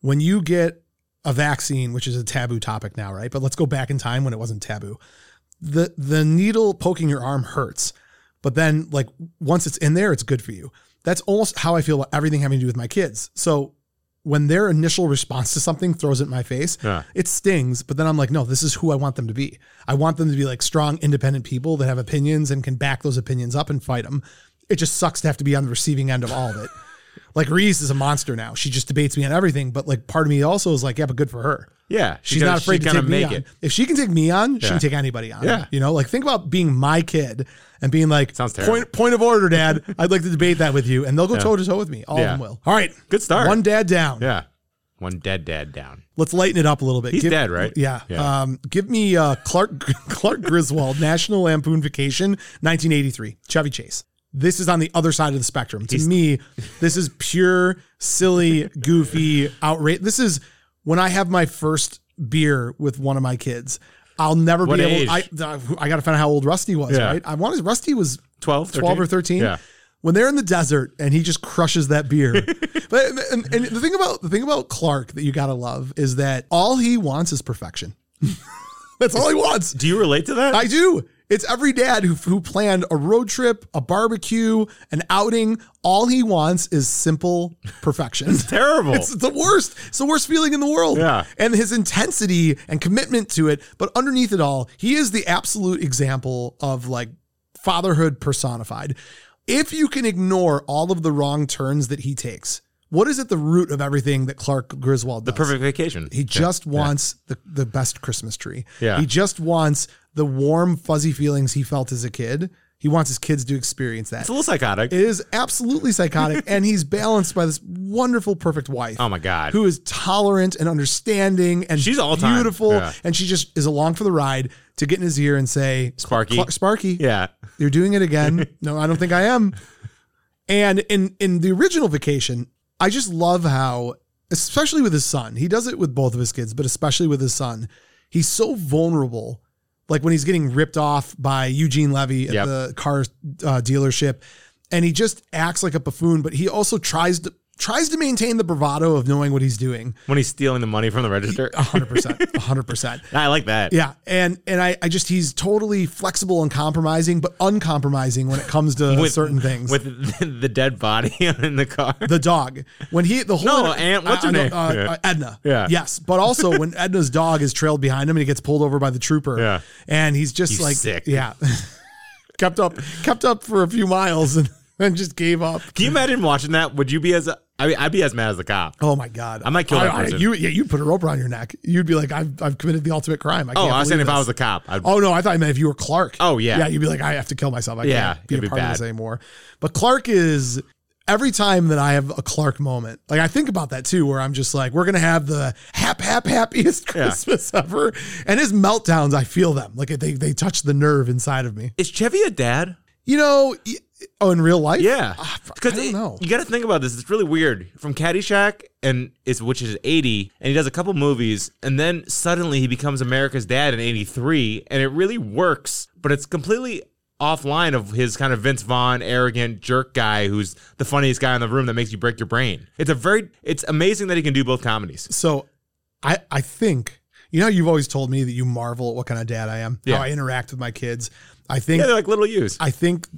Speaker 1: When you get a vaccine, which is a taboo topic now, right? But let's go back in time when it wasn't taboo. the the needle poking your arm hurts, but then like once it's in there, it's good for you. That's almost how I feel about everything having to do with my kids. So when their initial response to something throws it in my face,
Speaker 2: Yeah.
Speaker 1: it stings. But then I'm like, no, this is who I want them to be. I want them to be like strong, independent people that have opinions and can back those opinions up and fight them. It just sucks to have to be on the receiving end of all of it. Like Reese is a monster now. She just debates me on everything. But like part of me also is like, yeah, but good for her.
Speaker 2: Yeah.
Speaker 1: She's not afraid to
Speaker 2: kind
Speaker 1: take
Speaker 2: of
Speaker 1: me
Speaker 2: make
Speaker 1: on.
Speaker 2: it.
Speaker 1: If she can take me on, she
Speaker 2: Yeah.
Speaker 1: can take anybody on.
Speaker 2: Yeah.
Speaker 1: You know, like think about being my kid and being like,
Speaker 2: Sounds terrible.
Speaker 1: point point of order, Dad. I'd like to debate that with you, and they'll go toe to toe with me. All
Speaker 2: Yeah.
Speaker 1: of them will. All right,
Speaker 2: Good start.
Speaker 1: One dad down.
Speaker 2: Yeah. One dead dad down.
Speaker 1: Let's lighten it up a little bit.
Speaker 2: He's dead, right?
Speaker 1: Yeah.
Speaker 2: Yeah.
Speaker 1: Um, give me uh, Clark Clark Griswold, National Lampoon Vacation, 1983, Chevy Chase. This is on the other side of the spectrum. To me, this is pure, silly, goofy, outrage. This is when I have my first beer with one of my kids. I'll never
Speaker 2: What
Speaker 1: be
Speaker 2: age?
Speaker 1: able. I, I got to find out how old Rusty was.
Speaker 2: Yeah.
Speaker 1: Right? I want his Rusty was
Speaker 2: 12,
Speaker 1: 12 or 13
Speaker 2: Yeah.
Speaker 1: when they're in the desert and he just crushes that beer but and, and the thing about the thing about clark that you gotta love is that all he wants is perfection that's all he wants
Speaker 2: Do you relate to that?
Speaker 1: i do it's every dad who, who planned a road trip a barbecue an outing all he wants is simple perfection
Speaker 2: Terrible.
Speaker 1: it's the worst. It's the worst feeling in the world.
Speaker 2: Yeah.
Speaker 1: And his intensity and commitment to it. But underneath it all, he is the absolute example of like fatherhood personified. If you can ignore all of the wrong turns that he takes, what is at the root of everything that Clark Griswold does?
Speaker 2: Perfect vacation.
Speaker 1: He just wants the, the best Christmas tree.
Speaker 2: Yeah.
Speaker 1: He just wants the warm, fuzzy feelings he felt as a kid. He wants his kids to experience that.
Speaker 2: It's a little psychotic.
Speaker 1: It is absolutely psychotic. and he's balanced by this wonderful, perfect wife
Speaker 2: oh my God.
Speaker 1: who is tolerant and understanding and
Speaker 2: She's all time.
Speaker 1: beautiful
Speaker 2: Yeah.
Speaker 1: and she just is along for the ride to get in his ear and say
Speaker 2: Sparky.
Speaker 1: "Cla- Sparky
Speaker 2: yeah.
Speaker 1: you're doing it again no I don't think I am and in in the original vacation I just love how especially with his son he does it with both of his kids but especially with his son he's so vulnerable like when he's getting ripped off by Eugene Levy at
Speaker 2: Yep.
Speaker 1: the car uh, dealership and he just acts like a buffoon but he also tries to tries to maintain the bravado of knowing what he's doing
Speaker 2: When he's stealing the money from the register.
Speaker 1: hundred percent, hundred percent.
Speaker 2: I like that.
Speaker 1: Yeah, and and I, I just he's totally flexible and compromising, but uncompromising when it comes to
Speaker 2: With-
Speaker 1: certain things.
Speaker 2: With the, the dead body in the car.
Speaker 1: the dog when he the whole
Speaker 2: No, Aunt- what's her
Speaker 1: I- I know,
Speaker 2: name?
Speaker 1: uh,
Speaker 2: Yeah.
Speaker 1: uh, Edna.
Speaker 2: Yeah.
Speaker 1: yes, but also when Edna's dog is trailed behind him and he gets pulled over by the trooper.
Speaker 2: Yeah.
Speaker 1: and he's just
Speaker 2: You
Speaker 1: like
Speaker 2: sick.
Speaker 1: yeah, kept up kept up for a few miles and, and just gave up.
Speaker 2: Can you imagine watching that? Would you be as I mean, I'd be as mad as the cop.
Speaker 1: Oh my god!
Speaker 2: I might kill that person.
Speaker 1: you. Yeah, you put a rope around your neck. You'd be like, I've, I've committed the ultimate crime. I
Speaker 2: Oh,
Speaker 1: can't
Speaker 2: I was saying
Speaker 1: believe
Speaker 2: if I
Speaker 1: this.
Speaker 2: was a cop, I'd
Speaker 1: Oh no, I thought I meant if you were Clark.
Speaker 2: Oh, yeah.
Speaker 1: yeah. You'd be like, I have to kill myself. I
Speaker 2: Yeah,
Speaker 1: can't be a
Speaker 2: it'd be
Speaker 1: part of this
Speaker 2: bad.
Speaker 1: anymore. But Clark is every time that I have a Clark moment, like I think about that too, where I'm just like, we're gonna have the hap hap happiest Christmas ever, and his meltdowns, I feel them. Like they they touch the nerve inside of me.
Speaker 2: Is Chevy a dad?
Speaker 1: You know, y- oh, in real life,
Speaker 2: Yeah,
Speaker 1: Ah, f- I
Speaker 2: because
Speaker 1: don't know.
Speaker 2: you got to think about this. It's really weird. From Caddyshack, and it's which is eighty, and he does a couple movies, and then suddenly he becomes America's dad in eighty three, and it really works. But it's completely offline of his kind of Vince Vaughn arrogant jerk guy who's the funniest guy in the room that makes you break your brain. It's a very it's amazing that he can do both comedies.
Speaker 1: So, I I think you know you've always told me that you marvel at what kind of dad I am,
Speaker 2: Yeah.
Speaker 1: how I interact with my kids. I think
Speaker 2: Yeah, they're like little U's.
Speaker 1: I think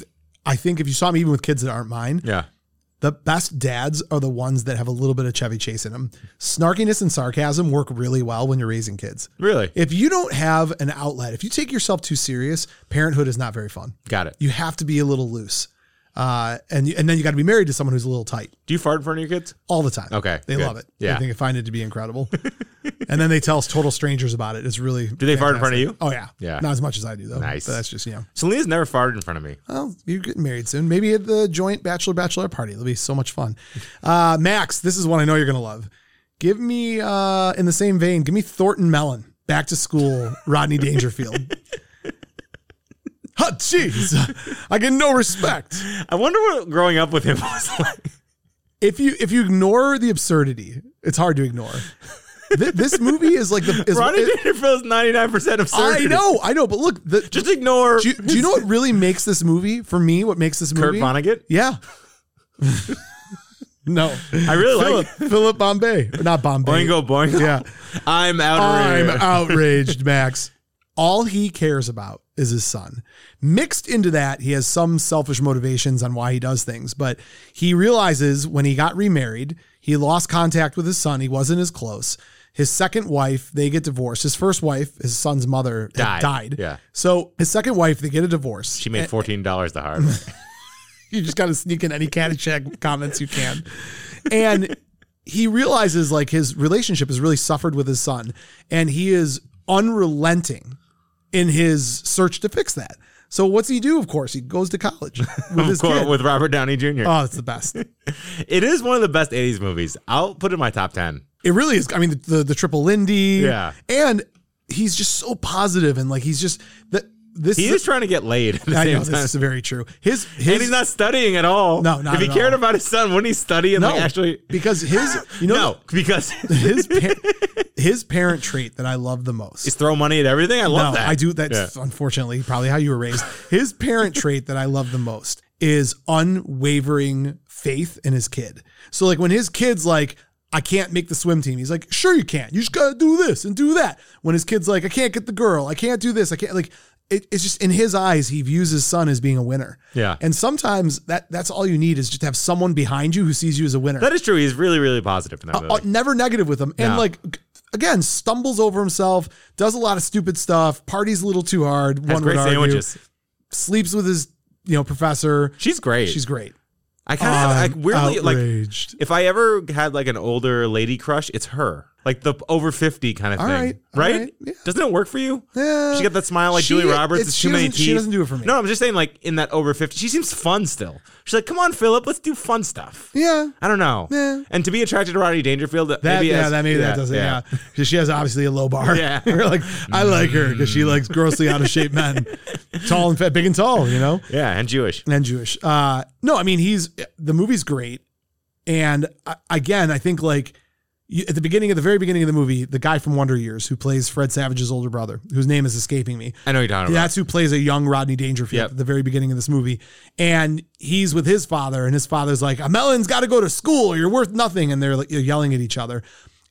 Speaker 1: I think if you saw me even with kids that aren't mine,
Speaker 2: Yeah.
Speaker 1: the best dads are the ones that have a little bit of Chevy Chase in them. Snarkiness and sarcasm work really well when you're raising kids.
Speaker 2: Really?
Speaker 1: If you don't have an outlet, if you take yourself too serious, parenthood is not very fun.
Speaker 2: Got it.
Speaker 1: You have to be a little loose. Uh, and you- and then you got to be married to someone who's a little tight
Speaker 2: Do you fart in front of your kids?
Speaker 1: all the time.
Speaker 2: Okay,
Speaker 1: they
Speaker 2: good.
Speaker 1: love it.
Speaker 2: Yeah.
Speaker 1: they think, find it to be incredible. and then they tell total strangers about it. It's really do
Speaker 2: they fart in front of you?
Speaker 1: Oh yeah,
Speaker 2: Yeah.
Speaker 1: Not as much as I do though.
Speaker 2: Nice.
Speaker 1: But that's just you know.
Speaker 2: Selena's never farted in front of me.
Speaker 1: Well, you're getting married soon. Maybe at the joint bachelor bachelor party. It'll be so much fun. Uh, Max, this is one I know you're gonna love. Give me uh, in the same vein. Give me Thornton Mellon. Back to school, Rodney Dangerfield. Hot jeez, I get no respect.
Speaker 2: I wonder what growing up with him was like.
Speaker 1: If you if you ignore the absurdity, it's hard to ignore. Th- this movie is like the. Is,
Speaker 2: Rodney Dangerfield's 99% of
Speaker 1: I
Speaker 2: surgery.
Speaker 1: know, I know, but look, the,
Speaker 2: Just ignore
Speaker 1: do, you, do you know what really makes this movie for me? What makes this
Speaker 2: Kurt
Speaker 1: movie?
Speaker 2: Vonnegut.
Speaker 1: Yeah. no.
Speaker 2: I really
Speaker 1: Philip,
Speaker 2: like
Speaker 1: Philip Bombay. Or not Bombay.
Speaker 2: Boingo Boingo.
Speaker 1: Yeah.
Speaker 2: I'm
Speaker 1: I'm
Speaker 2: outraged.
Speaker 1: outraged, Max. All he cares about is his son. Mixed into that, he has some selfish motivations on why he does things, but he realizes when he got remarried, he lost contact with his son. He wasn't as close. His second wife, they get divorced. His first wife, his son's mother, had
Speaker 2: Died.
Speaker 1: died.
Speaker 2: Yeah.
Speaker 1: So his second wife, they get a divorce.
Speaker 2: She made fourteen dollars the hard way.
Speaker 1: You just got to sneak in any Caddyshack comments you can. And he realizes like his relationship has really suffered with his son, and he is unrelenting in his search to fix that. So what's he do? Of course, he goes to college with his kid.
Speaker 2: with Robert Downey Jr.
Speaker 1: oh, it's the best.
Speaker 2: it is one of the best '80s movies. I'll put it in my top ten.
Speaker 1: It really is. I mean, the the, the triple Lindy.
Speaker 2: Yeah.
Speaker 1: and he's just so positive and like he's just that. This
Speaker 2: He is trying to get laid at the
Speaker 1: I
Speaker 2: same
Speaker 1: know
Speaker 2: time.
Speaker 1: this is very true. His
Speaker 2: and
Speaker 1: his
Speaker 2: he's not studying at all.
Speaker 1: No, not
Speaker 2: If he
Speaker 1: at
Speaker 2: cared
Speaker 1: all.
Speaker 2: about his son, wouldn't he study and
Speaker 1: no
Speaker 2: like actually?
Speaker 1: because his you know
Speaker 2: no, because
Speaker 1: his par- his parent trait that I love the most.
Speaker 2: he's throw money at everything. I love
Speaker 1: no,
Speaker 2: that.
Speaker 1: I do. That's unfortunately probably how you were raised. His parent trait that I love the most is unwavering faith in his kid. So like when his kid's like, I can't make the swim team. He's like, sure you can. You just gotta do this and do that. When his kid's like, I can't get the girl. I can't do this. I can't like. It, it's just in his eyes, he views his son as being a winner.
Speaker 2: Yeah.
Speaker 1: And sometimes that that's all you need is just to have someone behind you who sees you as a winner.
Speaker 2: That is true. He's really, really positive in that movie.
Speaker 1: Uh, never negative with him. And
Speaker 2: No.
Speaker 1: like g- again, stumbles over himself, does a lot of stupid stuff, parties a little too hard,
Speaker 2: Has
Speaker 1: one would
Speaker 2: great
Speaker 1: argue,
Speaker 2: sandwiches.
Speaker 1: sleeps with his, you know, professor.
Speaker 2: She's great.
Speaker 1: She's great.
Speaker 2: I kind of have like
Speaker 1: I'm
Speaker 2: weirdly like
Speaker 1: outraged.
Speaker 2: if I ever had like an older lady crush, it's her. Like the over fifty kind of
Speaker 1: All
Speaker 2: thing,
Speaker 1: right, all
Speaker 2: right?
Speaker 1: right, yeah.
Speaker 2: Doesn't it work for you?
Speaker 1: Yeah.
Speaker 2: She got that smile like
Speaker 1: She-
Speaker 2: Julie Roberts.
Speaker 1: it's-
Speaker 2: It's
Speaker 1: she
Speaker 2: too many
Speaker 1: doesn't- she
Speaker 2: teeth.
Speaker 1: doesn't do it for me.
Speaker 2: No, I'm just saying like in that over fifty, she seems fun still. She's like, come on, Philip, let's do fun stuff.
Speaker 1: yeah.
Speaker 2: I don't know.
Speaker 1: Yeah.
Speaker 2: And to be attracted to Rodney Dangerfield, that,
Speaker 1: That,
Speaker 2: maybe
Speaker 1: yeah,
Speaker 2: as-
Speaker 1: that maybe that does it. Yeah, 'Cause she has obviously a low bar.
Speaker 2: Yeah. Mm.
Speaker 1: You're like I like her because she likes grossly out of shape men, tall and fat, big and tall. You know,
Speaker 2: Yeah, and Jewish.
Speaker 1: and Jewish. Uh, no, I mean he's the movie's great, and I, again, I think like you, at the beginning, at the very beginning of the movie, the guy from Wonder Years who plays Fred Savage's older brother, whose name is escaping me,
Speaker 2: I know what you're talking about.
Speaker 1: that's who plays a young Rodney Dangerfield
Speaker 2: Yep.
Speaker 1: at the very beginning of this movie, and he's with his father, and his father's like, "Amelin's got to go to school. You're worth nothing," and they're like they're yelling at each other.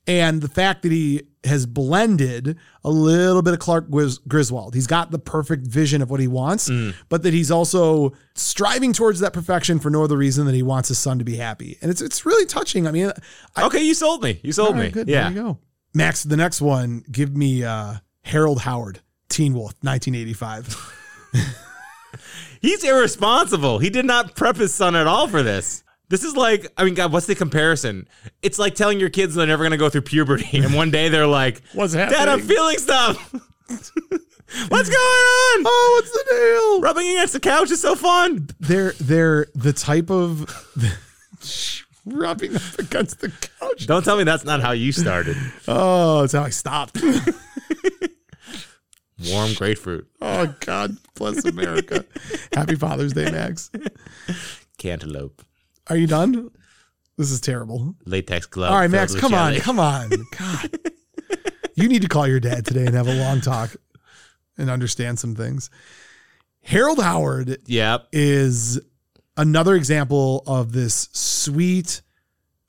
Speaker 1: And the fact that he has blended a little bit of Clark Gris- Griswold, he's got the perfect vision of what he wants,
Speaker 2: Mm.
Speaker 1: but that he's also striving towards that perfection for no other reason than he wants his son to be happy. And it's it's really touching. I mean, I,
Speaker 2: okay, you sold me. You sold
Speaker 1: all right,
Speaker 2: me.
Speaker 1: good,
Speaker 2: yeah.
Speaker 1: there you go. Max, the next one, give me uh, Harold Howard, Teen Wolf, 1985.
Speaker 2: He's irresponsible. He did not prep his son at all for this. This is like, I mean, God, what's the comparison? It's like telling your kids they're never going to go through puberty, and one day they're like,
Speaker 1: What's
Speaker 2: Dad, I'm
Speaker 1: happening?"
Speaker 2: feeling stuff. what's going on?
Speaker 1: Oh, what's the deal?
Speaker 2: Rubbing against the couch is so fun.
Speaker 1: They're they're the type of rubbing up against the couch.
Speaker 2: Don't tell me that's not how you started.
Speaker 1: Oh, it's how I stopped.
Speaker 2: Warm grapefruit.
Speaker 1: Oh God, bless America. Happy Father's Day, Max.
Speaker 2: Cantaloupe.
Speaker 1: Are you done? This is terrible.
Speaker 2: Latex glove.
Speaker 1: All right,
Speaker 2: filled
Speaker 1: Max,
Speaker 2: with
Speaker 1: come on,
Speaker 2: jelly.
Speaker 1: come on. God, you need to call your dad today and have a long talk and understand some things. Harold Howard
Speaker 2: Yep.
Speaker 1: is another example of this sweet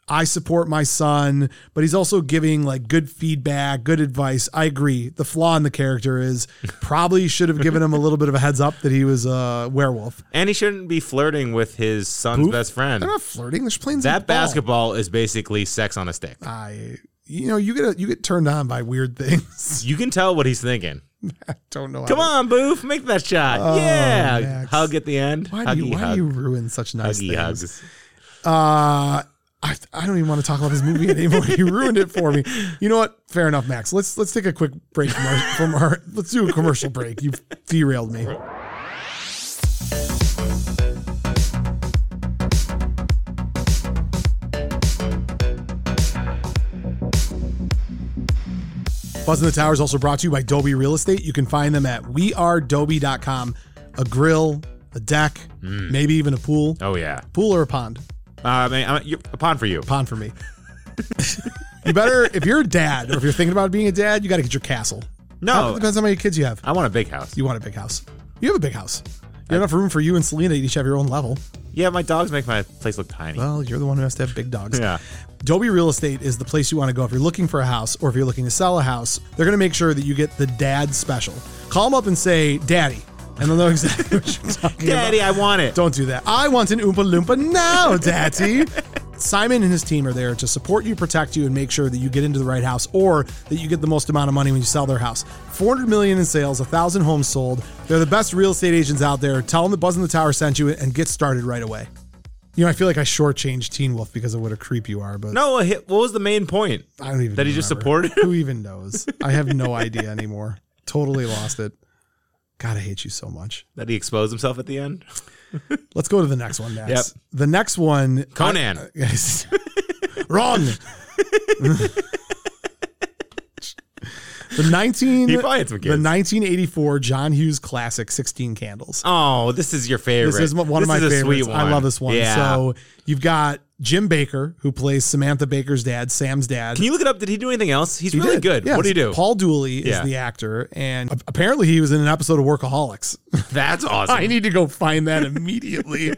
Speaker 1: I support my son, but he's also giving like good feedback, good advice. I agree. The flaw in the character is probably should have given him a little bit of a heads up that he was a werewolf.
Speaker 2: And he shouldn't be flirting with his son's
Speaker 1: Poop?
Speaker 2: best friend.
Speaker 1: They're not flirting. They're just playing
Speaker 2: That
Speaker 1: ball.
Speaker 2: basketball is basically sex on a stick.
Speaker 1: I, you know, you get you get turned on by weird things.
Speaker 2: You can tell what he's thinking.
Speaker 1: I don't know.
Speaker 2: Come
Speaker 1: how to-
Speaker 2: on, Boof, make that shot. yeah.
Speaker 1: Oh, Max.
Speaker 2: Hug at the end.
Speaker 1: Why
Speaker 2: huggy
Speaker 1: do you, why
Speaker 2: hug.
Speaker 1: do you ruin such nice
Speaker 2: huggy
Speaker 1: things?
Speaker 2: hugs.
Speaker 1: Uh, I, I don't even want to talk about this movie anymore. you ruined it for me. You know what? Fair enough, Max. Let's let's take a quick break from our, from our let's do a commercial break. You've derailed me. Buzz in the Tower is also brought to you by Dolby Real Estate. You can find them at wearedoby.com. A grill, a deck, maybe even a pool.
Speaker 2: Oh, yeah.
Speaker 1: Pool or a pond?
Speaker 2: Uh, I mean, I mean, you- a pawn for you.
Speaker 1: Pond for me. you better, if you're a dad or if you're thinking about being a dad, you got to get your castle.
Speaker 2: No.
Speaker 1: It depends on how many kids you have.
Speaker 2: I want a big house.
Speaker 1: You want a big house. You have a big house. You You have enough room for you and Selena to each have your own level.
Speaker 2: Yeah, my dogs make my place look tiny.
Speaker 1: Well, you're the one who has to have big dogs.
Speaker 2: Yeah.
Speaker 1: Doby Real Estate is the place you want to go if you're looking for a house or if you're looking to sell a house. They're going to make sure that you get the dad special. Call them up and say, Daddy. And they'll know exactly what you're talking about.
Speaker 2: Daddy, I want it.
Speaker 1: Don't do that. I want an Oompa Loompa now, Daddy. Simon and his team are there to support you, protect you, and make sure that you get into the right house or that you get the most amount of money when you sell their house. 400 million in sales, 1,000 homes sold. They're the best real estate agents out there. Tell them the Buzz in the Tower sent you and get started right away. You know, I feel like I shortchanged Teen Wolf because of what a creep you are, but
Speaker 2: No, hi- what was the main point?
Speaker 1: I don't even
Speaker 2: That he just
Speaker 1: remember.
Speaker 2: supported
Speaker 1: Who even knows? I have no idea anymore. Totally lost it. God, I hate you so much.
Speaker 2: That he exposed himself at the end?
Speaker 1: Let's go to the next one, Max.
Speaker 2: Yep.
Speaker 1: The next one
Speaker 2: Conan.
Speaker 1: uh, Yes. Run. the 19
Speaker 2: He probably had some
Speaker 1: the
Speaker 2: kids.
Speaker 1: 1984 John Hughes classic 16 Candles.
Speaker 2: oh, this is your favorite.
Speaker 1: This is one of my
Speaker 2: is a
Speaker 1: favorites.
Speaker 2: Sweet
Speaker 1: I
Speaker 2: one.
Speaker 1: love this one.
Speaker 2: Yeah.
Speaker 1: So you've got Jim Baker who plays Samantha Baker's dad, Sam's dad.
Speaker 2: Can you look it up? Did he do anything else? He's
Speaker 1: He
Speaker 2: really
Speaker 1: did.
Speaker 2: good.
Speaker 1: Yes.
Speaker 2: What do you do?
Speaker 1: Paul Dooley
Speaker 2: Yeah.
Speaker 1: is the actor, and a- apparently he was in an episode of Workaholics.
Speaker 2: That's awesome.
Speaker 1: I need to go find that immediately.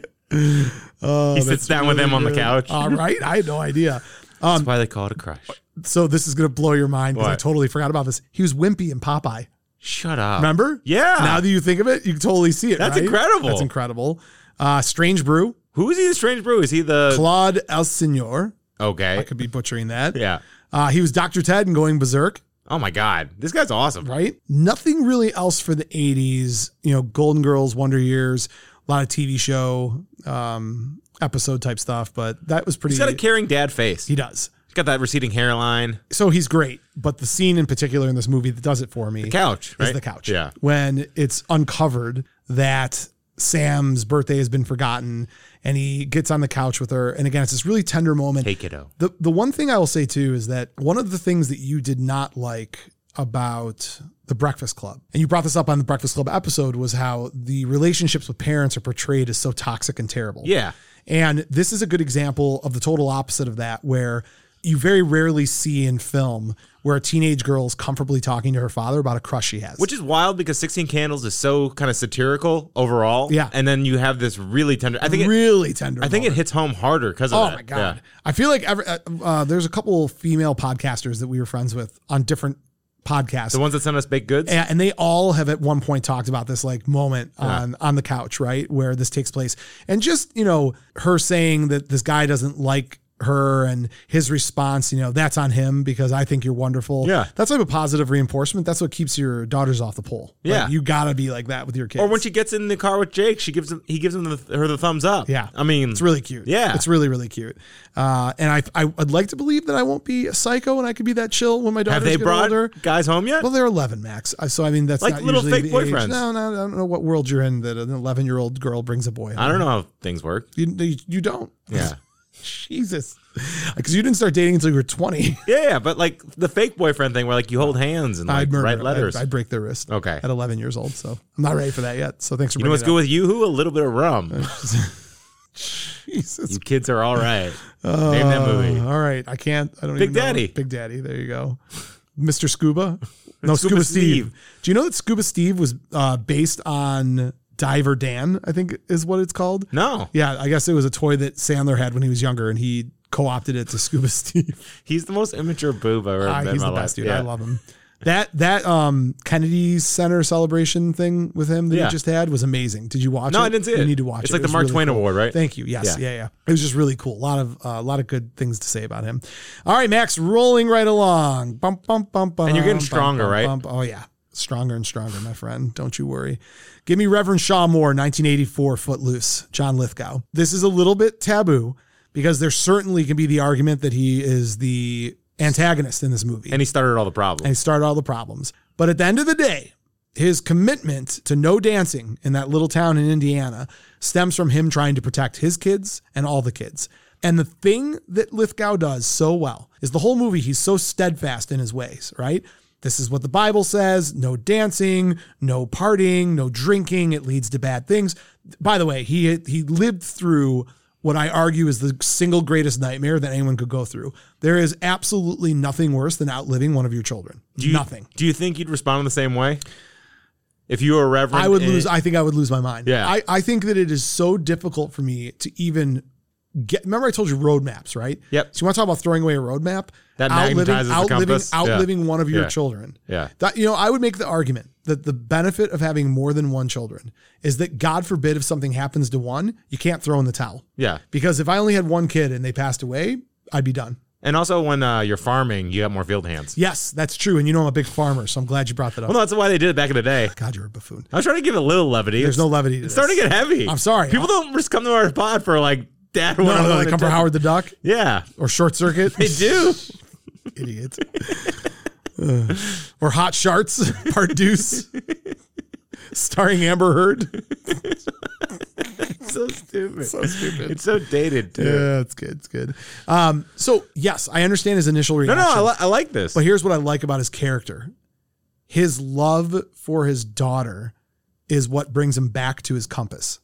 Speaker 1: Oh,
Speaker 2: he sits down with them on the couch.
Speaker 1: All right, I had no idea.
Speaker 2: That's
Speaker 1: um,
Speaker 2: why they call it a crush.
Speaker 1: So this is gonna blow your mind because I
Speaker 2: What?
Speaker 1: totally forgot about this. He was Wimpy in Popeye.
Speaker 2: Shut up.
Speaker 1: Remember?
Speaker 2: Yeah.
Speaker 1: Now that you think of it, you can totally see it.
Speaker 2: That's
Speaker 1: right?
Speaker 2: incredible.
Speaker 1: That's incredible. Uh, Strange Brew,
Speaker 2: Who is he? The strange brew? Is he the?
Speaker 1: Claude Elsinore. I
Speaker 2: okay.
Speaker 1: could be butchering that.
Speaker 2: Yeah.
Speaker 1: Uh, he was Dr. Ted and Going Berserk.
Speaker 2: Oh my god, this guy's awesome.
Speaker 1: right? Nothing really else for the 80s, you know, Golden Girls, Wonder Years, a lot of TV show um episode type stuff, but that was pretty
Speaker 2: He's got a caring dad face.
Speaker 1: he does.
Speaker 2: He's got that receding hairline.
Speaker 1: So he's great, but the scene in particular in this movie that does it for me
Speaker 2: Couch. Right.
Speaker 1: is the couch.
Speaker 2: Yeah.
Speaker 1: When it's uncovered that Sam's birthday has been forgotten and he gets on the couch with her and again it's this really tender moment.
Speaker 2: Hey kiddo.
Speaker 1: The the one thing I will say too is that one of the things that you did not like about the Breakfast Club, and you brought this up on the Breakfast Club episode, was how the relationships with parents are portrayed as so toxic and terrible.
Speaker 2: Yeah.
Speaker 1: And this is a good example of the total opposite of that, where you very rarely see in film where a teenage girl is comfortably talking to her father about a crush she has.
Speaker 2: Which is wild because 16 Candles is so kind of satirical overall.
Speaker 1: Yeah.
Speaker 2: And then you have this really tender. I think it,
Speaker 1: really tender.
Speaker 2: I think it hits home harder because of
Speaker 1: Oh
Speaker 2: that.
Speaker 1: my god! I feel like every, uh, uh, there's a couple female podcasters that we were friends with on different podcasts.
Speaker 2: The ones that send us baked goods.
Speaker 1: and, and they all have at one point talked about this like moment on on the couch, right, where this takes place, and just you know her saying that this guy doesn't like her and his response, you know, that's on him because I think you're wonderful.
Speaker 2: Yeah.
Speaker 1: that's like a positive reinforcement. That's what keeps your daughters off the pole. Like,
Speaker 2: Yeah.
Speaker 1: you gotta be like that with your kids.
Speaker 2: or when she gets in the car with Jake, she gives him he gives him the, her the thumbs up.
Speaker 1: Yeah.
Speaker 2: I mean,
Speaker 1: It's really cute.
Speaker 2: Yeah.
Speaker 1: It's really, really cute. Uh, and I, I, would like to believe that I won't be a psycho and I could be that chill when my daughters
Speaker 2: have they
Speaker 1: get
Speaker 2: brought
Speaker 1: older.
Speaker 2: guys home yet?
Speaker 1: Well, they're 11, Max. Uh, So, I mean, that's
Speaker 2: Like
Speaker 1: not
Speaker 2: little
Speaker 1: usually
Speaker 2: fake
Speaker 1: the age.
Speaker 2: boyfriends.
Speaker 1: No, no, I don't know what world you're in that an 11 year old girl brings a boy.
Speaker 2: I don't know how things work.
Speaker 1: You, you, you don't.
Speaker 2: Yeah.
Speaker 1: Jesus. Because you didn't start dating until you were 20.
Speaker 2: Yeah, yeah, but like the fake boyfriend thing where like you hold hands and like
Speaker 1: I'd murder.
Speaker 2: write
Speaker 1: I'd-
Speaker 2: letters.
Speaker 1: I'd, break their wrist.
Speaker 2: Okay.
Speaker 1: At 11 years old. So, I'm not ready for that yet. So, thanks for
Speaker 2: you know
Speaker 1: bringing
Speaker 2: what's
Speaker 1: it
Speaker 2: good
Speaker 1: up.
Speaker 2: with you? A little bit of rum.
Speaker 1: Jesus
Speaker 2: you kids are all right. Name that movie.
Speaker 1: Uh, all right, I can't. I don't.
Speaker 2: Big
Speaker 1: even know.
Speaker 2: Daddy.
Speaker 1: Big Daddy. There you go. Mr. Scuba. No, Scuba,
Speaker 2: Scuba
Speaker 1: Steve.
Speaker 2: Steve.
Speaker 1: Do you know that Scuba Steve was uh, based on Diver Dan? I think is what it's called.
Speaker 2: No,
Speaker 1: Yeah, I guess it was a toy that Sandler had when he was younger, and he co-opted it to Scuba Steve.
Speaker 2: he's the most immature boob I've ever
Speaker 1: Ah,
Speaker 2: met in
Speaker 1: he's
Speaker 2: my
Speaker 1: the
Speaker 2: life.
Speaker 1: best dude.
Speaker 2: Yeah.
Speaker 1: I love him. That that um Kennedy Center celebration thing with him that
Speaker 2: Yeah.
Speaker 1: you just had was amazing. Did you watch it?
Speaker 2: No, I didn't see
Speaker 1: You
Speaker 2: it.
Speaker 1: need to watch
Speaker 2: It's
Speaker 1: it.
Speaker 2: like
Speaker 1: It
Speaker 2: the
Speaker 1: was
Speaker 2: Mark
Speaker 1: really
Speaker 2: Twain
Speaker 1: cool.
Speaker 2: Award, right?
Speaker 1: Thank you. Yes. Yeah.
Speaker 2: Yeah.
Speaker 1: yeah, It was just really cool. A lot of uh, a lot of good things to say about him. All right, Max, rolling right along. Bump, bump, bump, bump.
Speaker 2: And you're getting stronger,
Speaker 1: bump,
Speaker 2: right?
Speaker 1: bump. Oh yeah, stronger and stronger, my friend. Don't you worry. Give me Reverend Shaw Moore, 1984, Footloose, John Lithgow. This is a little bit taboo because there certainly can be the argument that he is the antagonist in this movie
Speaker 2: And he started all the
Speaker 1: and
Speaker 2: problems.
Speaker 1: he started all the problems. But at the end of the day, his commitment to no dancing in that little town in Indiana stems from him trying to protect his kids and all the kids. And the thing that Lithgow does so well is the whole movie, he's so steadfast in his ways, right? This is what the Bible says no dancing, no partying, no drinking. It leads to bad things. By the way, he, he lived through what I argue is the single greatest nightmare that anyone could go through. There is absolutely nothing worse than outliving one of your children.
Speaker 2: you-
Speaker 1: nothing.
Speaker 2: Do you think you'd respond in the same way? If you were a reverend,
Speaker 1: I would
Speaker 2: and-
Speaker 1: lose. I think I would lose my mind.
Speaker 2: Yeah.
Speaker 1: I, I think that it is so difficult for me to even get. Remember, I told you roadmaps, right?
Speaker 2: Yep.
Speaker 1: So you want to talk about throwing away a roadmap?
Speaker 2: That magnetizes the
Speaker 1: outliving,
Speaker 2: compass. Yeah.
Speaker 1: outliving one of your
Speaker 2: Yeah.
Speaker 1: children.
Speaker 2: Yeah.
Speaker 1: That you know, I would make the argument that the benefit of having more than one children is that God forbid if something happens to one, you can't throw in the towel.
Speaker 2: Yeah.
Speaker 1: Because if I only had one kid and they passed away, I'd be done.
Speaker 2: And also, when uh, you're farming, you got more field hands.
Speaker 1: Yes, that's true. And you know I'm a big farmer, so I'm glad you brought that up.
Speaker 2: Well, that's why they did it back in the day.
Speaker 1: God, you're a buffoon.
Speaker 2: I was trying to give it a little levity.
Speaker 1: There's no levity. To
Speaker 2: It's starting to get heavy.
Speaker 1: I'm sorry.
Speaker 2: People don't just come to our pod for like dad.
Speaker 1: No, no, no, they come for Howard the Duck
Speaker 2: Yeah,
Speaker 1: or Short Circuit.
Speaker 2: they do.
Speaker 1: idiot. Uh, or Hot Sharts, Part Deuce, starring Amber Heard.
Speaker 2: It's so stupid.
Speaker 1: stupid.
Speaker 2: It's so dated too.
Speaker 1: Yeah, it's good. It's good. Um, so yes, I understand his initial
Speaker 2: No,
Speaker 1: reaction.
Speaker 2: no, I, li- I like this.
Speaker 1: but here's what I like about his character: his love for his daughter is what brings him back to his compass,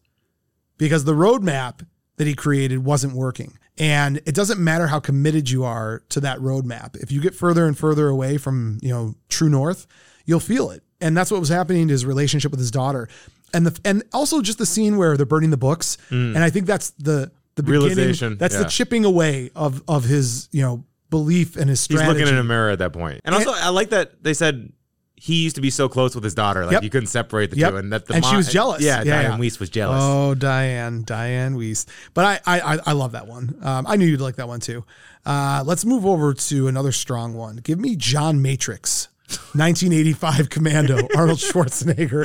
Speaker 1: because the roadmap that he created wasn't working. And it doesn't matter how committed you are to that roadmap. If you get further and further away from, you know, true north, you'll feel it. And that's what was happening to his relationship with his daughter. And the and also just the scene where they're burning the books. And I think that's the the beginning-
Speaker 2: Mm. Realization,
Speaker 1: That's
Speaker 2: yeah.
Speaker 1: the chipping away of of his, you know, belief and his
Speaker 2: He's
Speaker 1: strategy.
Speaker 2: looking in a mirror at that point. And also, I like that they said he used to be so close with his daughter, like
Speaker 1: Yep.
Speaker 2: you couldn't separate the
Speaker 1: Yep.
Speaker 2: two, and that the
Speaker 1: And she
Speaker 2: mom-
Speaker 1: was jealous. Yeah,
Speaker 2: Yeah, Diane
Speaker 1: yeah.
Speaker 2: Weiss was jealous.
Speaker 1: Oh, Diane, Diane Weiss. But I, I, I- I love that one. Um, I knew you'd like that one too. Uh, let's move over to another strong one. Give me John Matrix, 1985 Commando, Arnold Schwarzenegger.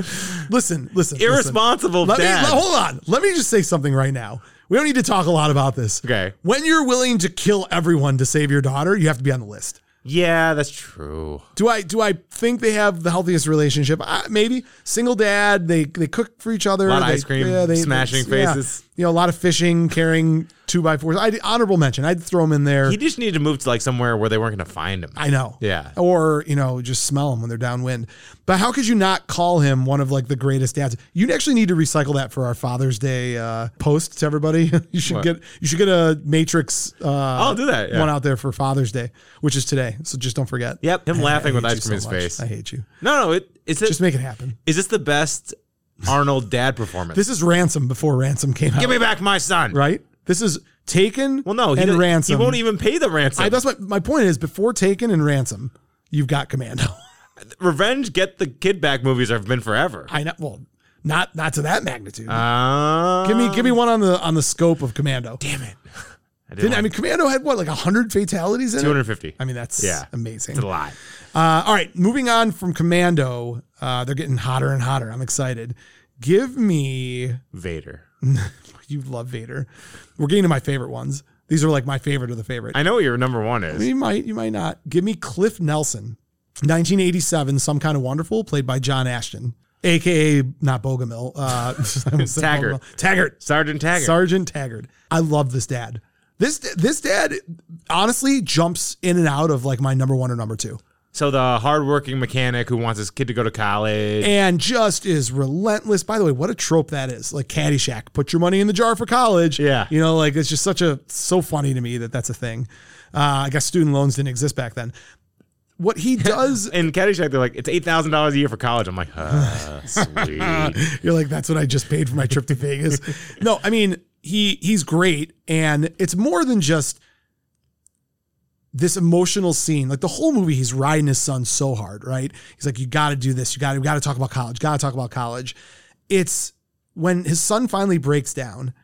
Speaker 1: Listen, listen, listen.
Speaker 2: Irresponsible
Speaker 1: Let me
Speaker 2: dad.
Speaker 1: let- hold on. Let me just say something right now. We don't need to talk a lot about this.
Speaker 2: Okay.
Speaker 1: When you're willing to kill everyone to save your daughter, you have to be on the list.
Speaker 2: yeah, that's true.
Speaker 1: Do I do I think they have the healthiest relationship? Uh, maybe single dad. They they cook for each other.
Speaker 2: Lot of
Speaker 1: They-
Speaker 2: ice cream, smashing faces.
Speaker 1: You know, a lot of fishing, carrying two by fours. I honorable mention. I'd throw them in there.
Speaker 2: He just needed to move to like somewhere where they weren't going to find him.
Speaker 1: I know.
Speaker 2: Yeah.
Speaker 1: Or you know, just smell them when they're downwind. But how could you not call him one of like the greatest dads? You actually need to recycle that for our Father's Day uh, post to everybody. you should
Speaker 2: What?
Speaker 1: get you should get a Matrix. Uh,
Speaker 2: I'll do that. yeah.
Speaker 1: One out there for Father's Day, which is today. So just don't forget.
Speaker 2: Yep, him
Speaker 1: I- I
Speaker 2: laughing with
Speaker 1: hate
Speaker 2: ice
Speaker 1: you
Speaker 2: cream in his
Speaker 1: so much.
Speaker 2: face.
Speaker 1: I hate you.
Speaker 2: No, no, it, is it
Speaker 1: Just make it happen.
Speaker 2: is this the best Arnold dad performance?
Speaker 1: This is Ransom before Ransom came out,
Speaker 2: Give me back my son.
Speaker 1: right? This is Taken.
Speaker 2: Well, no, he,
Speaker 1: and
Speaker 2: doesn't-
Speaker 1: Ransom.
Speaker 2: he won't even pay the ransom.
Speaker 1: I, that's what my point is. Before Taken and Ransom, you've got Commando.
Speaker 2: Revenge, get the kid back movies have been forever.
Speaker 1: I know. Well, not not to that magnitude.
Speaker 2: Uh,
Speaker 1: give me give me one on the on the scope of Commando.
Speaker 2: Damn it. I didn't,
Speaker 1: Didn't, I
Speaker 2: like
Speaker 1: mean, Commando had what like hundred fatalities in it.
Speaker 2: 250.
Speaker 1: I mean, that's
Speaker 2: Yeah.
Speaker 1: amazing.
Speaker 2: it's a lot.
Speaker 1: Uh, all right, moving on from Commando, uh, they're getting hotter and hotter. I'm excited. Give me
Speaker 2: Vader.
Speaker 1: you love Vader. We're getting to my favorite ones. These are like my favorite of the favorite.
Speaker 2: I know what your number one is.
Speaker 1: You might, you might not. Give me Cliff Nelson, 1987, Some Kind of Wonderful, played by John Ashton, aka not Bogomil, uh, I almost said
Speaker 2: Taggart.
Speaker 1: Bogomil. Taggart,
Speaker 2: Sergeant Taggart.
Speaker 1: Sergeant Taggart. I love this dad. This this dad honestly jumps in and out of like my number one or number two,
Speaker 2: so the hardworking mechanic who wants his kid to go to college.
Speaker 1: and just is relentless. By the way, what a trope that is! Like Caddyshack, put your money in the jar for college.
Speaker 2: Yeah.
Speaker 1: you know, like it's just such a so funny to me that that's a thing. Uh, I guess student loans didn't exist back then. What he does
Speaker 2: in Caddyshack, they're like, it's $8,000 a year for college. I'm like, uh, sweet.
Speaker 1: You're like, that's what I just paid for my trip to Vegas. no, I mean, he he's great, and it's more than just this emotional scene. Like the whole movie, he's riding his son so hard, right? He's like, you got to do this. You got to got to talk about college. Got to talk about college. It's when his son finally breaks down.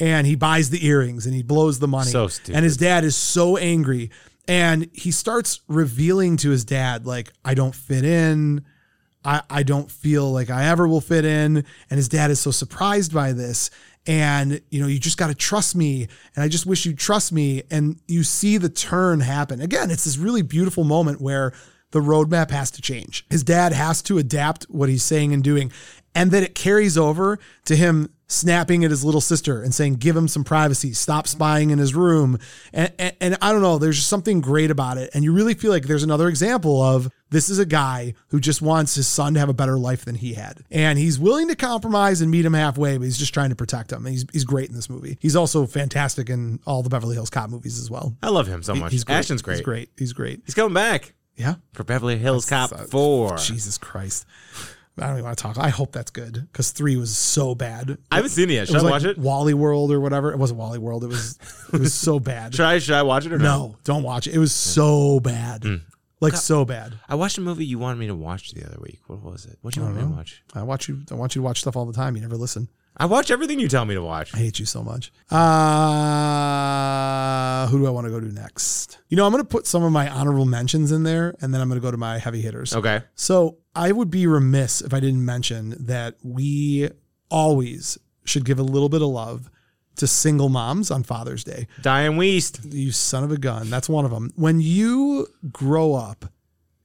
Speaker 1: And he buys the earrings and he blows the money.
Speaker 2: So stupid.
Speaker 1: And his dad is so angry. And he starts revealing to his dad, like, I don't fit in. I, I don't feel like I ever will fit in. And his dad is so surprised by this. And, you know, you just got to trust me. And I just wish you'd trust me. And you see the turn happen. Again, it's this really beautiful moment where the roadmap has to change. His dad has to adapt what he's saying and doing. And then it carries over to him snapping at his little sister and saying, give him some privacy, stop spying in his room. And, and, and I don't know, there's just something great about it. And you really feel like there's another example of this is a guy who just wants his son to have a better life than he had. And he's willing to compromise and meet him halfway, but he's just trying to protect him. And he's, he's great in this movie. He's also fantastic in all the Beverly Hills Cop movies as well.
Speaker 2: I love him so much.
Speaker 1: He's great.
Speaker 2: Ashton's great.
Speaker 1: He's great. He's great.
Speaker 2: He's coming back
Speaker 1: Yeah.
Speaker 2: for Beverly Hills Cop 4.
Speaker 1: Jesus Christ. I don't even want to talk. I hope that's good because three was so bad.
Speaker 2: I haven't seen it yet. Should
Speaker 1: It was
Speaker 2: I
Speaker 1: like
Speaker 2: watch it?
Speaker 1: Wally World or whatever. It wasn't Wally World. It was it was so bad.
Speaker 2: Should I should I watch it or no?
Speaker 1: No, don't watch it. It was so bad,
Speaker 2: Mm.
Speaker 1: like so bad.
Speaker 2: I watched a movie you wanted me to watch the other week. What was it? What do you want me to watch?
Speaker 1: I watch you. I want you to watch stuff all the time. You never listen.
Speaker 2: I watch everything you tell me to watch.
Speaker 1: I hate you so much. Uh, who do I want to go to next? You know, I'm going to put some of my honorable mentions in there, and then I'm going to go to my heavy hitters.
Speaker 2: Okay.
Speaker 1: So I would be remiss if I didn't mention that we always should give a little bit of love to single moms on Father's Day.
Speaker 2: Diane Weist.
Speaker 1: You son of a gun. That's one of them. When you grow up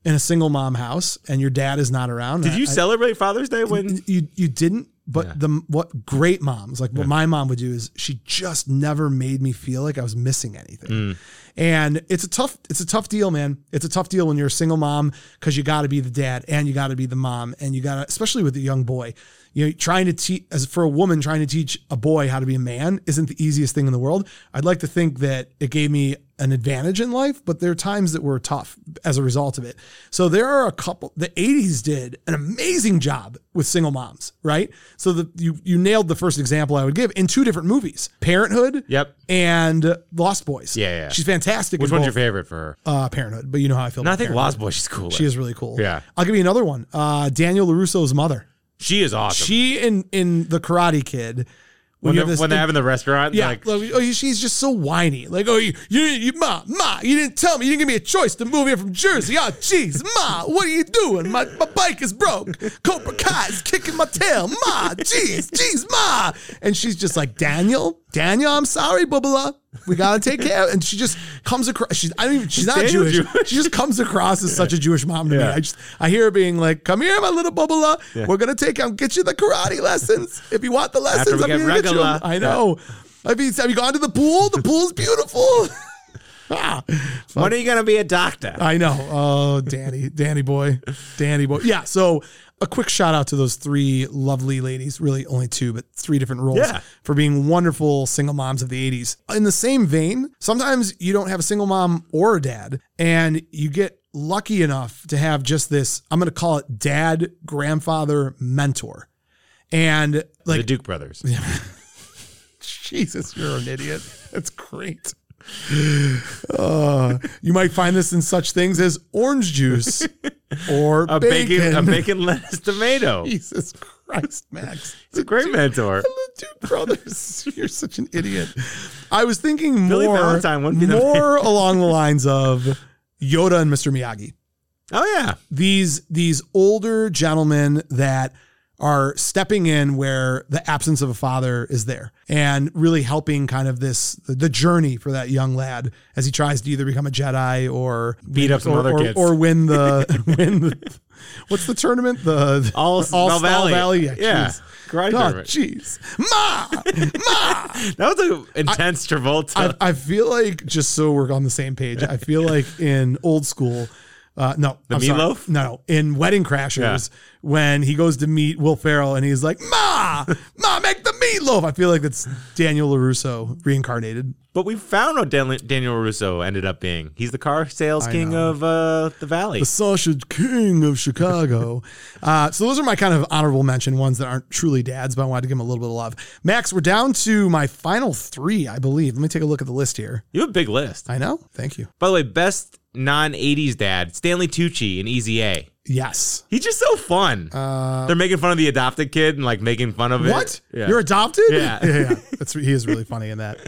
Speaker 1: in a single mom house and your dad is not around,
Speaker 2: Did
Speaker 1: I-
Speaker 2: you
Speaker 1: I-
Speaker 2: celebrate Father's Day when?
Speaker 1: you you didn't but
Speaker 2: Yeah.
Speaker 1: the what great moms like what my mom would do is she just never made me feel like I was missing anything. And it's a tough it's a tough deal, man. It's a tough deal when you're a single mom cuz you got to be the dad and you got to be the mom and you got to especially with a young boy. You know, trying to teach as for a woman trying to teach a boy how to be a man isn't the easiest thing in the world. I'd like to think that it gave me an advantage in life, but there are times that were tough as a result of it. So there are a couple. The '80s did an amazing job with single moms, right? So the, you you nailed the first example I would give in two different movies: Parenthood,
Speaker 2: Yep.
Speaker 1: and Lost Boys.
Speaker 2: Yeah, yeah.
Speaker 1: she's fantastic.
Speaker 2: Which
Speaker 1: in
Speaker 2: one's your
Speaker 1: both.
Speaker 2: favorite for her?
Speaker 1: Uh, Parenthood, but you know how I feel.
Speaker 2: No, I
Speaker 1: about
Speaker 2: think
Speaker 1: Parenthood.
Speaker 2: Lost Boy. She's cool.
Speaker 1: She is really cool.
Speaker 2: Yeah.
Speaker 1: I'll give you another one. Uh, Daniel Larusso's mother.
Speaker 2: She is awesome.
Speaker 1: She in in the Karate Kid.
Speaker 2: when
Speaker 1: you
Speaker 2: they're,
Speaker 1: have this
Speaker 2: when they're having the restaurant,
Speaker 1: yeah,
Speaker 2: like,
Speaker 1: like, oh, she's just so whiny. Like, oh, you, you, you, ma, ma, you didn't tell me. You didn't give me a choice to move here from Jersey. Oh, jeez, ma, what are you doing? My, my bike is broke. Cobra Kai is kicking my tail. Ma, jeez, jeez, ma. And she's just like, Daniel, Daniel, I'm sorry, Bubba. We gotta take care. of-" And she just comes across. She's I don't even. She's not
Speaker 2: Daniel's
Speaker 1: Jewish.
Speaker 2: Jewish.
Speaker 1: She just comes across as such a Jewish mom to me.
Speaker 2: Yeah.
Speaker 1: I just I hear her being like, "Come here, my little Bubba. We're gonna take. I'll get you the karate lessons if you want the lessons.
Speaker 2: we
Speaker 1: I'm
Speaker 2: get
Speaker 1: gonna get you 'em."
Speaker 2: regular.
Speaker 1: I know. I mean, have you gone to the pool? The pool's beautiful. Ah,
Speaker 2: when are you gonna be a doctor?
Speaker 1: I know. Oh, Danny, Danny boy, Danny boy. Yeah. So a quick shout out to those three lovely ladies. Really, only two, but three different roles
Speaker 2: Yeah.
Speaker 1: for being wonderful single moms of the 80s. In the same vein, sometimes you don't have a single mom or a dad, and you get lucky enough to have just this. I'm going to call it dad, grandfather, mentor, and like
Speaker 2: the Duke brothers.
Speaker 1: Jesus, you're an idiot. That's great. Uh, you might find this in such things as orange juice or
Speaker 2: A
Speaker 1: bacon.
Speaker 2: bacon, a bacon lettuce tomato.
Speaker 1: Jesus Christ, Max.
Speaker 2: He's a great mentor.
Speaker 1: Dude, brothers, you're such an idiot. I was thinking more,
Speaker 2: Billy Valentine wouldn't be the
Speaker 1: more along the lines of Yoda and Mr. Miyagi.
Speaker 2: Oh yeah.
Speaker 1: these these older gentlemen that are stepping in where the absence of a father is there and really helping kind of this the journey for that young lad as he tries to either become a Jedi or
Speaker 2: Beat up some
Speaker 1: or,
Speaker 2: other
Speaker 1: or,
Speaker 2: kids.
Speaker 1: or win the win the what's the tournament the
Speaker 2: All, All Valley.
Speaker 1: yeah,
Speaker 2: Yeah.
Speaker 1: jeez.
Speaker 2: Great
Speaker 1: Oh,
Speaker 2: tournament.
Speaker 1: jeez. Ma! Ma!
Speaker 2: That was an intense Travolta.
Speaker 1: I, I feel like just so we're on the same page. I feel like in old school, uh, no, the
Speaker 2: meatloaf?
Speaker 1: no, in Wedding Crashers, when he goes to meet Will Ferrell and he's like, "Ma, ma, make the meatloaf." I feel like that's Daniel Larusso reincarnated.
Speaker 2: But we found what Dan- Daniel Russo ended up being. He's the car sales king of uh, the Valley.
Speaker 1: the sausage king of Chicago. uh, so those are my kind of honorable mention ones that aren't truly dads, but I wanted to give them a little bit of love. Max, we're down to my final three, I believe. Let me take a look at the list here.
Speaker 2: You have a big list.
Speaker 1: I know. Thank you.
Speaker 2: By the way, best non 80s dad, Stanley Tucci in Easy A.
Speaker 1: Yes.
Speaker 2: He's just so fun. They're making fun of the adopted kid and like making fun of it.
Speaker 1: Uh, What?
Speaker 2: Yeah.
Speaker 1: You're adopted?
Speaker 2: Yeah.
Speaker 1: yeah, yeah. That's he is really funny in that.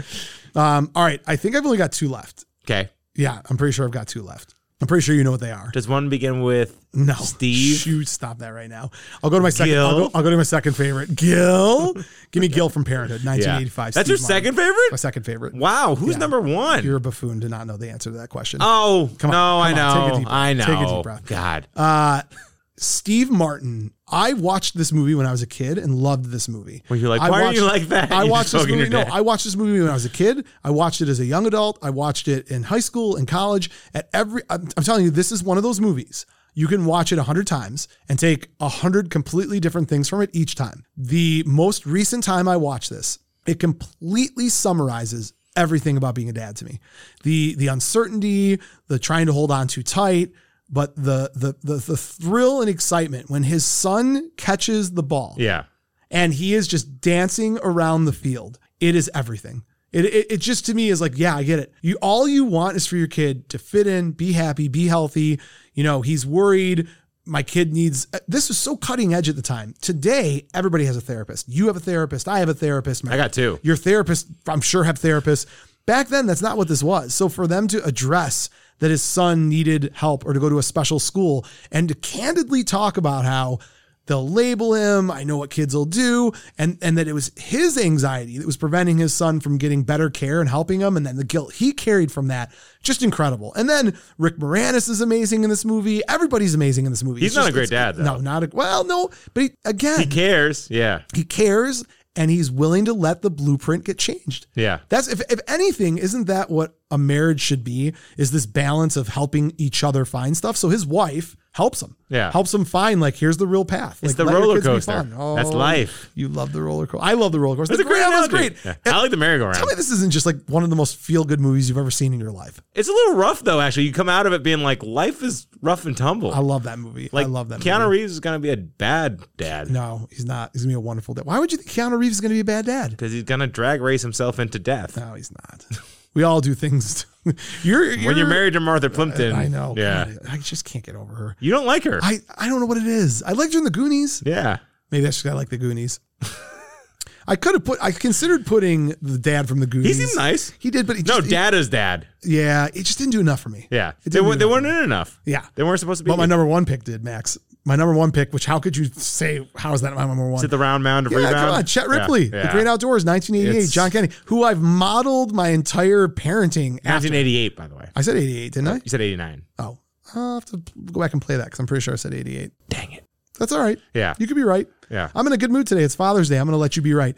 Speaker 1: Um, all right, I think I've only got two left.
Speaker 2: okay.
Speaker 1: Yeah, I'm pretty sure I've got two left. I'm pretty sure you know what they are.
Speaker 2: Does one begin with
Speaker 1: No,
Speaker 2: Steve?
Speaker 1: Shoot, stop that right now. I'll go to my second. I'll
Speaker 2: Gil?
Speaker 1: go, I'll go to my second favorite. Gil, give me Gil from Parenthood,
Speaker 2: Yeah.
Speaker 1: 1985.
Speaker 2: That's your
Speaker 1: Steve Martin.
Speaker 2: second
Speaker 1: My
Speaker 2: favorite?
Speaker 1: second favorite.
Speaker 2: Wow. Who's number one?
Speaker 1: You're a buffoon to not know the answer to that question.
Speaker 2: oh,
Speaker 1: Come on,
Speaker 2: no, I
Speaker 1: come on,
Speaker 2: know.
Speaker 1: take a deep breath,
Speaker 2: I know.
Speaker 1: take a deep breath.
Speaker 2: God.
Speaker 1: Uh, Steve Martin. I watched this movie when I was a kid and loved this movie.
Speaker 2: Were you like,
Speaker 1: I
Speaker 2: "Why are you like that?"
Speaker 1: I
Speaker 2: You
Speaker 1: watched
Speaker 2: just
Speaker 1: this
Speaker 2: poking your
Speaker 1: movie. No,
Speaker 2: dad.
Speaker 1: I watched this movie when I was a kid. I watched it as a young adult. I watched it in high school, in college. At every, I'm, I'm telling you, this is one of those movies you can watch it a hundred times and take a hundred completely different things from it each time. The most recent time I watched this, it completely summarizes everything about being a dad to me. The the uncertainty, the trying to hold on too tight but the the the, the thrill and excitement when his son catches the ball
Speaker 2: Yeah.
Speaker 1: and he is just dancing around the field. It is everything. It, it, it just to me is like, yeah, I get it. You all you want is for your kid to fit in, be happy, be healthy. You know, he's worried. My kid needs this was so cutting edge at the time. Today, everybody has a therapist. You have a therapist. I have a therapist.
Speaker 2: I got two.
Speaker 1: your therapist, I'm sure, have therapists. Back then, that's not what this was. So for them to address that his son needed help or to go to a special school and to candidly talk about how they'll label him, I know what kids will do, and, and that it was his anxiety that was preventing his son from getting better care and helping him, and then the guilt he carried from that, just incredible. And then Rick Moranis is amazing in this movie. Everybody's amazing in this movie.
Speaker 2: He's
Speaker 1: It's
Speaker 2: not
Speaker 1: just-
Speaker 2: a great
Speaker 1: it's-
Speaker 2: dad, though.
Speaker 1: No, not a well, no, but he, again,
Speaker 2: He cares. Yeah.
Speaker 1: he cares and he's willing to let the blueprint get changed.
Speaker 2: Yeah.
Speaker 1: That's if, if anything, isn't that what a marriage should be? Is this balance of helping each other find stuff? So his wife helps him.
Speaker 2: Yeah.
Speaker 1: Helps him find like here's the real path. It's like,
Speaker 2: the
Speaker 1: let your
Speaker 2: roller
Speaker 1: kids be
Speaker 2: coaster.
Speaker 1: fun. Oh,
Speaker 2: That's life.
Speaker 1: You love the roller coaster. I love the roller coaster.
Speaker 2: It's a great
Speaker 1: That was
Speaker 2: analogy.
Speaker 1: great.
Speaker 2: Yeah.
Speaker 1: And
Speaker 2: I like the merry-go-round.
Speaker 1: tell me this isn't just like one of the most feel good movies you've ever seen in your life.
Speaker 2: It's a little rough though. Actually, you come out of it being like, life is rough and tumble.
Speaker 1: I love that movie.
Speaker 2: like,
Speaker 1: I love that
Speaker 2: Keanu
Speaker 1: movie.
Speaker 2: Reeves is gonna be a bad dad
Speaker 1: No, he's not. He's gonna be a wonderful dad. Why would you think Keanu Reeves is gonna be a bad dad?
Speaker 2: because he's gonna drag race himself into death.
Speaker 1: No, he's not. We all do things. you're,
Speaker 2: When you're married to Martha Plimpton,
Speaker 1: I know.
Speaker 2: Yeah,
Speaker 1: God, I just can't get over her.
Speaker 2: you don't like her.
Speaker 1: I, I don't know what it is. I liked her in the Goonies.
Speaker 2: yeah,
Speaker 1: Maybe that's just 'cause I like the Goonies. I could have put. I considered putting the dad from the
Speaker 2: he
Speaker 1: Goonies.
Speaker 2: seemed nice.
Speaker 1: He did, but he
Speaker 2: No,
Speaker 1: just,
Speaker 2: dad is dad.
Speaker 1: He, yeah, it just didn't do enough for me.
Speaker 2: Yeah,
Speaker 1: It
Speaker 2: they,
Speaker 1: didn't
Speaker 2: were,
Speaker 1: do
Speaker 2: they
Speaker 1: enough.
Speaker 2: weren't in enough.
Speaker 1: Yeah.
Speaker 2: they weren't supposed to be.
Speaker 1: But my
Speaker 2: in.
Speaker 1: number one pick did, Max. My number one pick. Which how could you say how is that my number one?
Speaker 2: Is it the round mound of
Speaker 1: yeah,
Speaker 2: rebound?
Speaker 1: come on, Chet Ripley,
Speaker 2: yeah,
Speaker 1: The Great Outdoors, 1988,
Speaker 2: It's-
Speaker 1: John Kennedy, who I've modeled my entire parenting after.
Speaker 2: 1988, by the way.
Speaker 1: I said 88, didn't I?
Speaker 2: You said 89.
Speaker 1: Oh, I'll have to go back and play that because I'm pretty sure I said 88.
Speaker 2: Dang it.
Speaker 1: That's all right.
Speaker 2: Yeah,
Speaker 1: You could be right.
Speaker 2: yeah.
Speaker 1: I'm in a good mood today. It's Father's Day. I'm going to let you be right.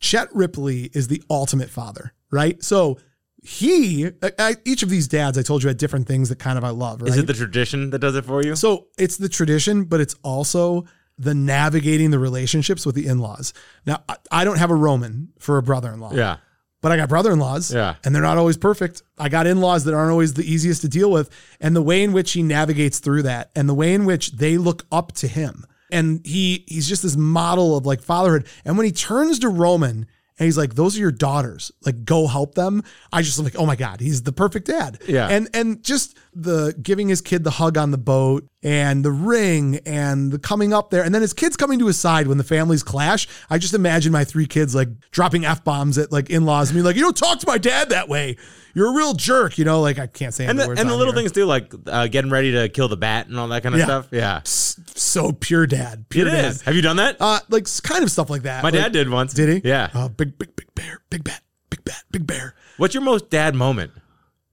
Speaker 1: Chet Ripley is the ultimate father, right? So he, I- I, each of these dads, I told you had different things that kind of I love, right?
Speaker 2: Is it the tradition that does it for you?
Speaker 1: so it's the tradition, but it's also the navigating the relationships with the in-laws. Now, I, I don't have a Roman for a brother-in-law,
Speaker 2: yeah,
Speaker 1: but I got brother-in-laws,
Speaker 2: Yeah.
Speaker 1: and they're not always perfect. I got in-laws that aren't always the easiest to deal with, and the way in which he navigates through that, and the way in which they look up to him, and he he's just this model of like fatherhood. And when he turns to Roman. And he's like, "Those are your daughters. Like, go help them." I just like, "Oh my god, he's the perfect dad."
Speaker 2: Yeah.
Speaker 1: And and just the giving his kid the hug on the boat, and the ring, and the coming up there, and then his kids coming to his side when the families clash. I just imagine my three kids like dropping f bombs at like in laws, and being like, "You don't talk to my dad that way. You're a real jerk." You know, like I can't say.
Speaker 2: and the,
Speaker 1: words
Speaker 2: and the
Speaker 1: on
Speaker 2: little
Speaker 1: here.
Speaker 2: things too, like uh, getting ready to kill the bat and all that kind of
Speaker 1: Yeah.
Speaker 2: stuff. Yeah,
Speaker 1: S- so pure dad,
Speaker 2: it
Speaker 1: pure dad.
Speaker 2: is. Have you done that?
Speaker 1: Uh, like s- kind of stuff like that.
Speaker 2: My
Speaker 1: Like,
Speaker 2: dad did once.
Speaker 1: Did he?
Speaker 2: Yeah.
Speaker 1: Uh, big, big, big bear, big bat, big bat, big bear.
Speaker 2: What's your most dad moment?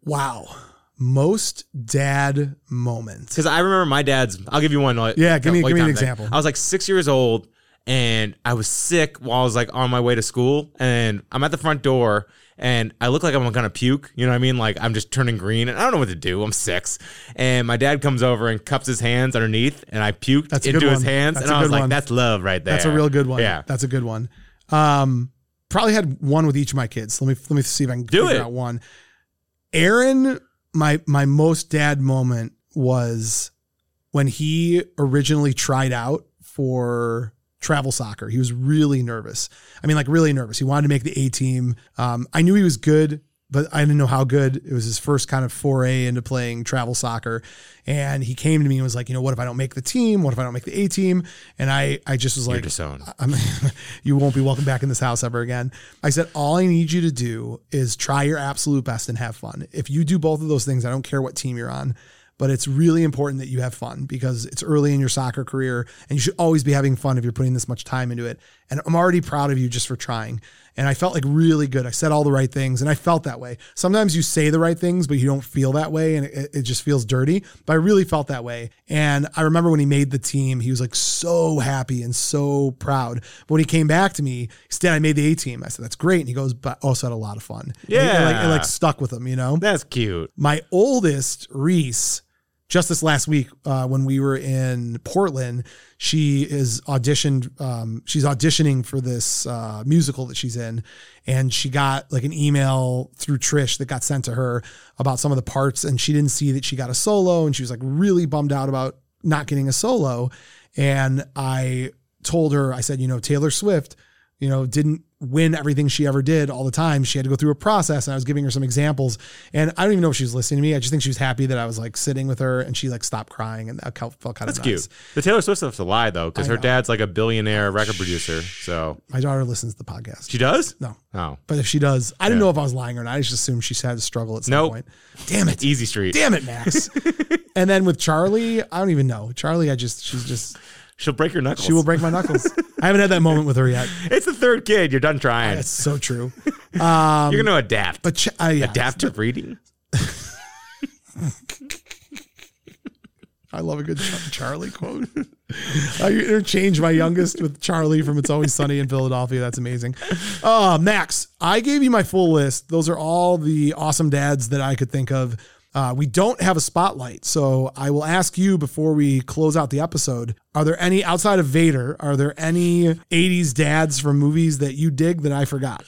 Speaker 1: Wow. Most dad moment.
Speaker 2: Because I remember my dad's. I'll give you one. like-
Speaker 1: Yeah, give me-
Speaker 2: like
Speaker 1: give me an
Speaker 2: time
Speaker 1: example.
Speaker 2: I was like six years old, and I was sick while I was like on my way to school, and I'm at the front door, and I look like I'm gonna puke. You know what I mean? Like I'm just turning green, and I don't know what to do. I'm six, and my dad comes over and cups his hands underneath, and I puked
Speaker 1: That's a good
Speaker 2: into his
Speaker 1: one.
Speaker 2: hands,
Speaker 1: That's
Speaker 2: and
Speaker 1: a
Speaker 2: I was
Speaker 1: good
Speaker 2: like,
Speaker 1: one.
Speaker 2: "That's love right there."
Speaker 1: That's a real good one.
Speaker 2: Yeah.
Speaker 1: that's a good one. Um, probably had one with each of my kids. Let me let me see if I can
Speaker 2: Do
Speaker 1: figure
Speaker 2: it.
Speaker 1: out one. Aaron, my my most dad moment was when he originally tried out for travel soccer. He was really nervous. I mean, like really nervous. He wanted to make the A team. Um, I knew he was good, but I didn't know how good. It was his first kind of foray into playing travel soccer. And he came to me and was like, you know, what if I don't make the team? What if I don't make the A team? And I, I just was
Speaker 2: You're
Speaker 1: like, uh,
Speaker 2: disowned.
Speaker 1: I'm, you won't be welcome back in this house ever again. I said, all I need you to do is try your absolute best and have fun. If you do both of those things, I don't care what team you're on, but it's really important that you have fun because it's early in your soccer career and you should always be having fun if you're putting this much time into it. And I'm already proud of you just for trying. And I felt like really good. I said all the right things and I felt that way. Sometimes you say the right things, but you don't feel that way and it, it just feels dirty. But I really felt that way. And I remember when he made the team, he was like so happy and so proud. But when he came back to me, he said, I made the A team. I said, that's great. And he goes, but I also had a lot of fun. And he- it like, it
Speaker 2: Yeah.
Speaker 1: like stuck with him, you know?
Speaker 2: That's cute.
Speaker 1: My oldest, Reese, just this last week uh, when we were in Portland, she is auditioned. Um, she's auditioning for this uh, musical that she's in, and she got like an email through Trish that got sent to her about some of the parts, and she didn't see that she got a solo, and she was like really bummed out about not getting a solo. And I told her, I said, you know, Taylor Swift, you know, didn't win everything she ever did all the time. She had to go through a process and I was giving her some examples. And I don't even know if she was listening to me. I just think she was happy that I was like sitting with her and she like stopped crying and that felt felt kind
Speaker 2: That's
Speaker 1: of
Speaker 2: cute.
Speaker 1: nice.
Speaker 2: The Taylor Swift stuff's a lie though, because
Speaker 1: I
Speaker 2: her
Speaker 1: know.
Speaker 2: dad's like a billionaire record producer. So
Speaker 1: My daughter listens to the podcast.
Speaker 2: she does?
Speaker 1: No.
Speaker 2: Oh.
Speaker 1: But if she does, I didn't
Speaker 2: Yeah.
Speaker 1: know if I was lying or not. I just assumed she had a struggle at some
Speaker 2: Nope. E-
Speaker 1: point. Damn it.
Speaker 2: Easy Street.
Speaker 1: Damn it, Max. and then with Charlie, I don't even know. Charlie, I just she's just
Speaker 2: She'll break your knuckles.
Speaker 1: she will break my knuckles. I haven't had that moment with her yet.
Speaker 2: It's the third kid. You're done trying.
Speaker 1: That's so true.
Speaker 2: You're gonna adapt.
Speaker 1: Um, But ch- uh, yeah,
Speaker 2: adapt to reading.
Speaker 1: I love a good Char- Charlie quote. I interchange my youngest with Charlie from It's Always Sunny in Philadelphia. That's amazing. Uh, Max, I gave you my full list. Those are all the awesome dads that I could think of. Uh, we don't have a spotlight, so I will ask you before we close out the episode Are there any, outside of Vader, are there any 80s dads from movies that you dig that I forgot?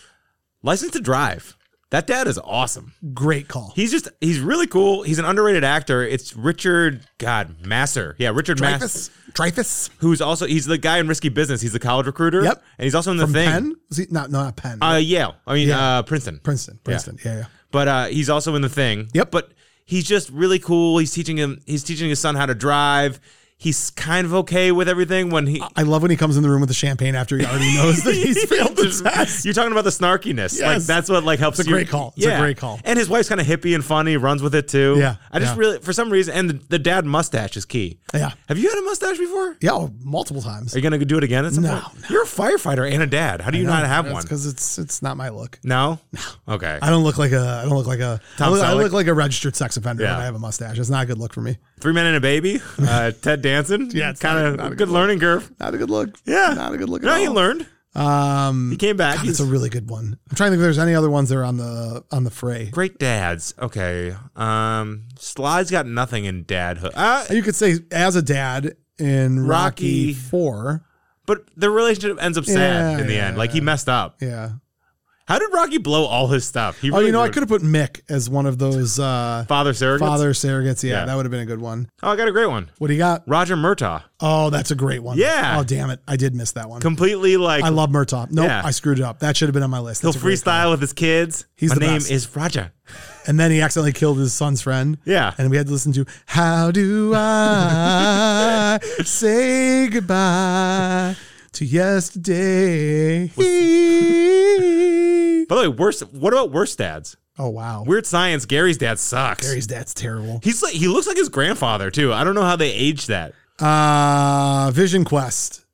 Speaker 2: License to drive. That dad is awesome.
Speaker 1: Great call.
Speaker 2: He's just he's really cool. He's an underrated actor. It's Richard God Masser. Yeah, Richard Masser.
Speaker 1: Dreyfus? Dreyfus?
Speaker 2: Who's also he's the guy in Risky Business. He's the college recruiter.
Speaker 1: Yep.
Speaker 2: And he's also in the
Speaker 1: From
Speaker 2: thing.
Speaker 1: Penn? Was he, not, no, not Penn.
Speaker 2: Uh Yale. I mean
Speaker 1: Yeah.
Speaker 2: uh Princeton.
Speaker 1: Princeton. Princeton. Yeah, yeah.
Speaker 2: But uh he's also in the thing.
Speaker 1: Yep.
Speaker 2: But he's just really cool. He's teaching him he's teaching his son how to drive. He's kind of okay with everything when he
Speaker 1: I love when he comes in the room with the champagne after he already knows that he's failed the test.
Speaker 2: You're talking about the snarkiness. Like
Speaker 1: Yes.
Speaker 2: that's what like helps.
Speaker 1: It's a
Speaker 2: you-
Speaker 1: great call. It's a great call.
Speaker 2: And his wife's kind of hippie and funny. Runs with it too.
Speaker 1: Yeah.
Speaker 2: I just
Speaker 1: Yeah.
Speaker 2: really for some reason and the, the dad mustache is key.
Speaker 1: Yeah.
Speaker 2: Have you had a mustache before?
Speaker 1: Yeah, oh, multiple times.
Speaker 2: Are you gonna do it again at some
Speaker 1: No,
Speaker 2: point? You're a firefighter and a dad. How do you not have one?
Speaker 1: because it's it's not my look.
Speaker 2: No. Okay.
Speaker 1: I don't look like a I don't look like a I
Speaker 2: Tom
Speaker 1: look, I
Speaker 2: Selleck?
Speaker 1: look like a registered sex offender
Speaker 2: Yeah.
Speaker 1: when I have a mustache. It's not a good look for me.
Speaker 2: Three men and a baby. Uh, Ted Danson.
Speaker 1: Yeah, it's
Speaker 2: Kind
Speaker 1: not- not a
Speaker 2: of
Speaker 1: good
Speaker 2: good learning curve.
Speaker 1: Not a good look.
Speaker 2: Yeah.
Speaker 1: not a good look.
Speaker 2: No,
Speaker 1: at
Speaker 2: he
Speaker 1: all.
Speaker 2: learned.
Speaker 1: Um,
Speaker 2: He came back.
Speaker 1: God,
Speaker 2: He's
Speaker 1: that's a really good one. I'm trying to think if there's any other ones that are on the on the fray.
Speaker 2: great dads. Okay. Um, Slide's got nothing in dadhood. Uh,
Speaker 1: You could say as a dad in Rocky,
Speaker 2: Rocky.
Speaker 1: Four.
Speaker 2: but the relationship ends up sad
Speaker 1: Yeah,
Speaker 2: in the
Speaker 1: yeah,
Speaker 2: end. Like he
Speaker 1: yeah.
Speaker 2: messed up.
Speaker 1: Yeah.
Speaker 2: How did Rocky blow all his stuff? He
Speaker 1: Oh, you know, I
Speaker 2: ruined-
Speaker 1: could have put Mick as one of those uh,
Speaker 2: father surrogates.
Speaker 1: father surrogates. Yeah,
Speaker 2: Yeah.
Speaker 1: that would have been a good one.
Speaker 2: Oh, I got a great one.
Speaker 1: What do you got?
Speaker 2: Roger Murtaugh,
Speaker 1: Oh, that's a great one.
Speaker 2: Yeah.
Speaker 1: Oh, damn it. I did miss that one.
Speaker 2: completely like
Speaker 1: I love Murtaugh. Nope,
Speaker 2: Yeah.
Speaker 1: I screwed it up. That should have been on my list.
Speaker 2: he'll
Speaker 1: That's a great
Speaker 2: freestyle with his kids.
Speaker 1: He's
Speaker 2: My
Speaker 1: the
Speaker 2: name
Speaker 1: best.
Speaker 2: is Roger.
Speaker 1: call. And then he accidentally killed his son's friend.
Speaker 2: Yeah.
Speaker 1: And we had to listen to How Do I Say Goodbye to Yesterday?
Speaker 2: By the way, worst. What about worst dads?
Speaker 1: oh, wow.
Speaker 2: Weird Science. Gary's dad sucks.
Speaker 1: Gary's dad's terrible.
Speaker 2: He's like he looks like his grandfather too. I don't know how they aged that.
Speaker 1: Uh, Vision Quest.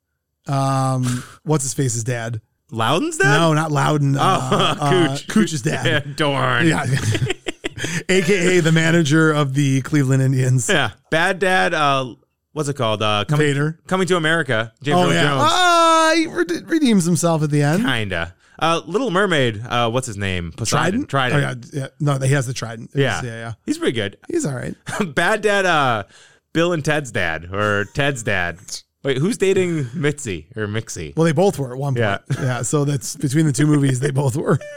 Speaker 1: Um, what's his face's dad?
Speaker 2: Loudon's dad.
Speaker 1: No, not Loudon. Uh,
Speaker 2: Oh,
Speaker 1: uh,
Speaker 2: Cooch.
Speaker 1: Cooch's dad.
Speaker 2: Yeah, darn.
Speaker 1: Yeah. AKA the manager of the Cleveland Indians.
Speaker 2: Yeah. Bad dad. Uh, what's it called? Uh, coming
Speaker 1: Vader.
Speaker 2: coming to America. James
Speaker 1: Oh,
Speaker 2: Earl
Speaker 1: yeah.
Speaker 2: Jones.
Speaker 1: Ah, he rede- redeems himself at the end.
Speaker 2: Kinda. Uh, Little Mermaid. Uh, what's his name? Poseidon.
Speaker 1: Trident?
Speaker 2: Trident.
Speaker 1: Oh, yeah, yeah. No, he has the trident. It was-
Speaker 2: Yeah.
Speaker 1: yeah. Yeah.
Speaker 2: He's pretty good.
Speaker 1: He's all right.
Speaker 2: Bad dad, uh, Bill and Ted's dad, or Ted's dad. Wait, who's dating Mitzi or Mixie?
Speaker 1: Well, they both were at one point.
Speaker 2: Yeah.
Speaker 1: Yeah. So that's between the two movies, they both were.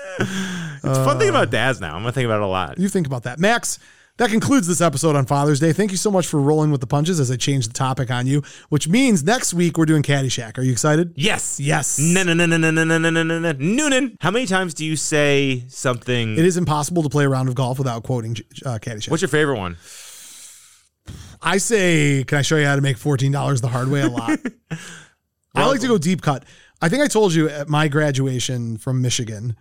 Speaker 2: It's a fun thing about dads Uh, now. I'm gonna think about it a lot.
Speaker 1: You think about that. Max, that concludes this episode on Father's Day. Thank you so much for rolling with the punches as I changed the topic on you, which means next week we're doing Caddyshack. Are you excited?
Speaker 2: Yes,
Speaker 1: Yes.
Speaker 2: No, no, no, no, no, no, no, no, no, no, no. Noonan. How many times do you say something?
Speaker 1: It is impossible to play a round of golf without quoting uh, Caddyshack.
Speaker 2: What's your favorite one?
Speaker 1: I say, can I show you how to make fourteen dollars the hard way? A lot. I like to go deep cut. I think I told you at my graduation from Michigan,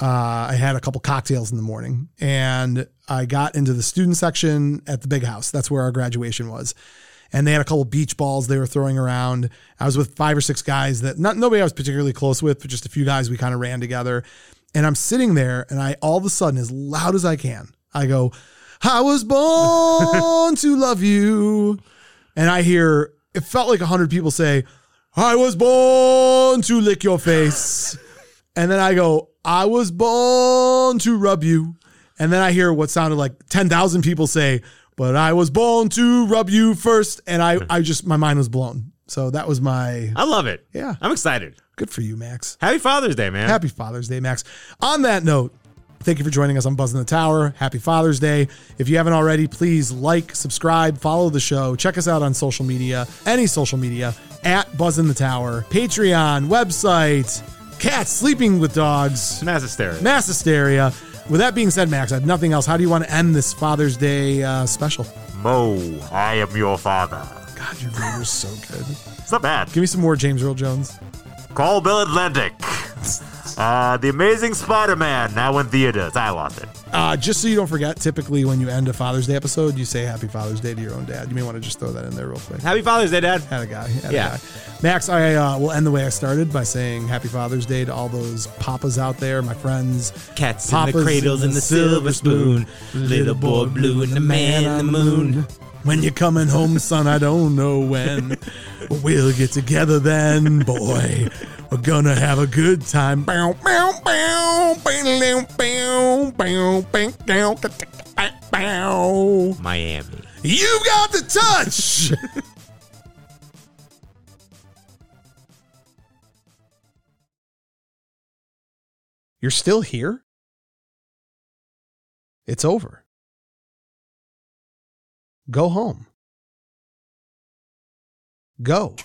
Speaker 1: uh, I had a couple cocktails in the morning, and I got into the student section at the big house. That's where our graduation was, and they had a couple beach balls they were throwing around. I was with five or six guys that not nobody I was particularly close with, but just a few guys we kind of ran together. And I'm sitting there, and I all of a sudden, as loud as I can, I go, "I was born to love you." and I hear it felt like a hundred people say, "I was born to lick your face," and then I go, "I was born to rub you," and then I hear what sounded like ten thousand people say, But I was born to rub you first, and I, I just my mind was blown. So that was my
Speaker 2: I love it.
Speaker 1: Yeah.
Speaker 2: I'm excited.
Speaker 1: good for you, Max.
Speaker 2: Happy Father's Day, man.
Speaker 1: Happy Father's Day, Max. On that note, thank you for joining us on Buzz in the Tower. Happy Father's Day. If you haven't already, please like, subscribe, follow the show, check us out on social media, any social media, at Buzz in the Tower, Patreon, website, cats sleeping with dogs,
Speaker 2: Mass hysteria.
Speaker 1: mass hysteria. With that being said, Max, I have nothing else. How do you want to end this Father's Day uh, special?
Speaker 2: Mo, I am your father.
Speaker 1: God, your Raiders so good.
Speaker 2: It's not bad.
Speaker 1: Give me some more James Earl Jones.
Speaker 2: Call Bill Atlantic. Uh, the Amazing Spider-Man now in theaters. I lost it.
Speaker 1: Uh, just so you don't forget, typically when you end a Father's Day episode, you say Happy Father's Day to your own dad. You may want to just throw that in there real quick.
Speaker 2: Happy Father's Day, Dad.
Speaker 1: Had a guy. Had
Speaker 2: Yeah.
Speaker 1: a guy. Max, I uh, will end the way I started by saying Happy Father's Day to all those papas out there, my friends.
Speaker 2: Cats
Speaker 1: Papa's
Speaker 2: in the cradles
Speaker 1: in
Speaker 2: and
Speaker 1: the
Speaker 2: the silver spoon. Little boy blue and the man in the moon.
Speaker 1: When you're coming home, son, I don't know when. But we'll get together then, boy. We're gonna have a good time. Bow, bow, bow, bow, bow, bow, bow, bow, bow, bow.
Speaker 2: Miami.
Speaker 1: You've got the touch! You're still here? It's over. Go home. Go.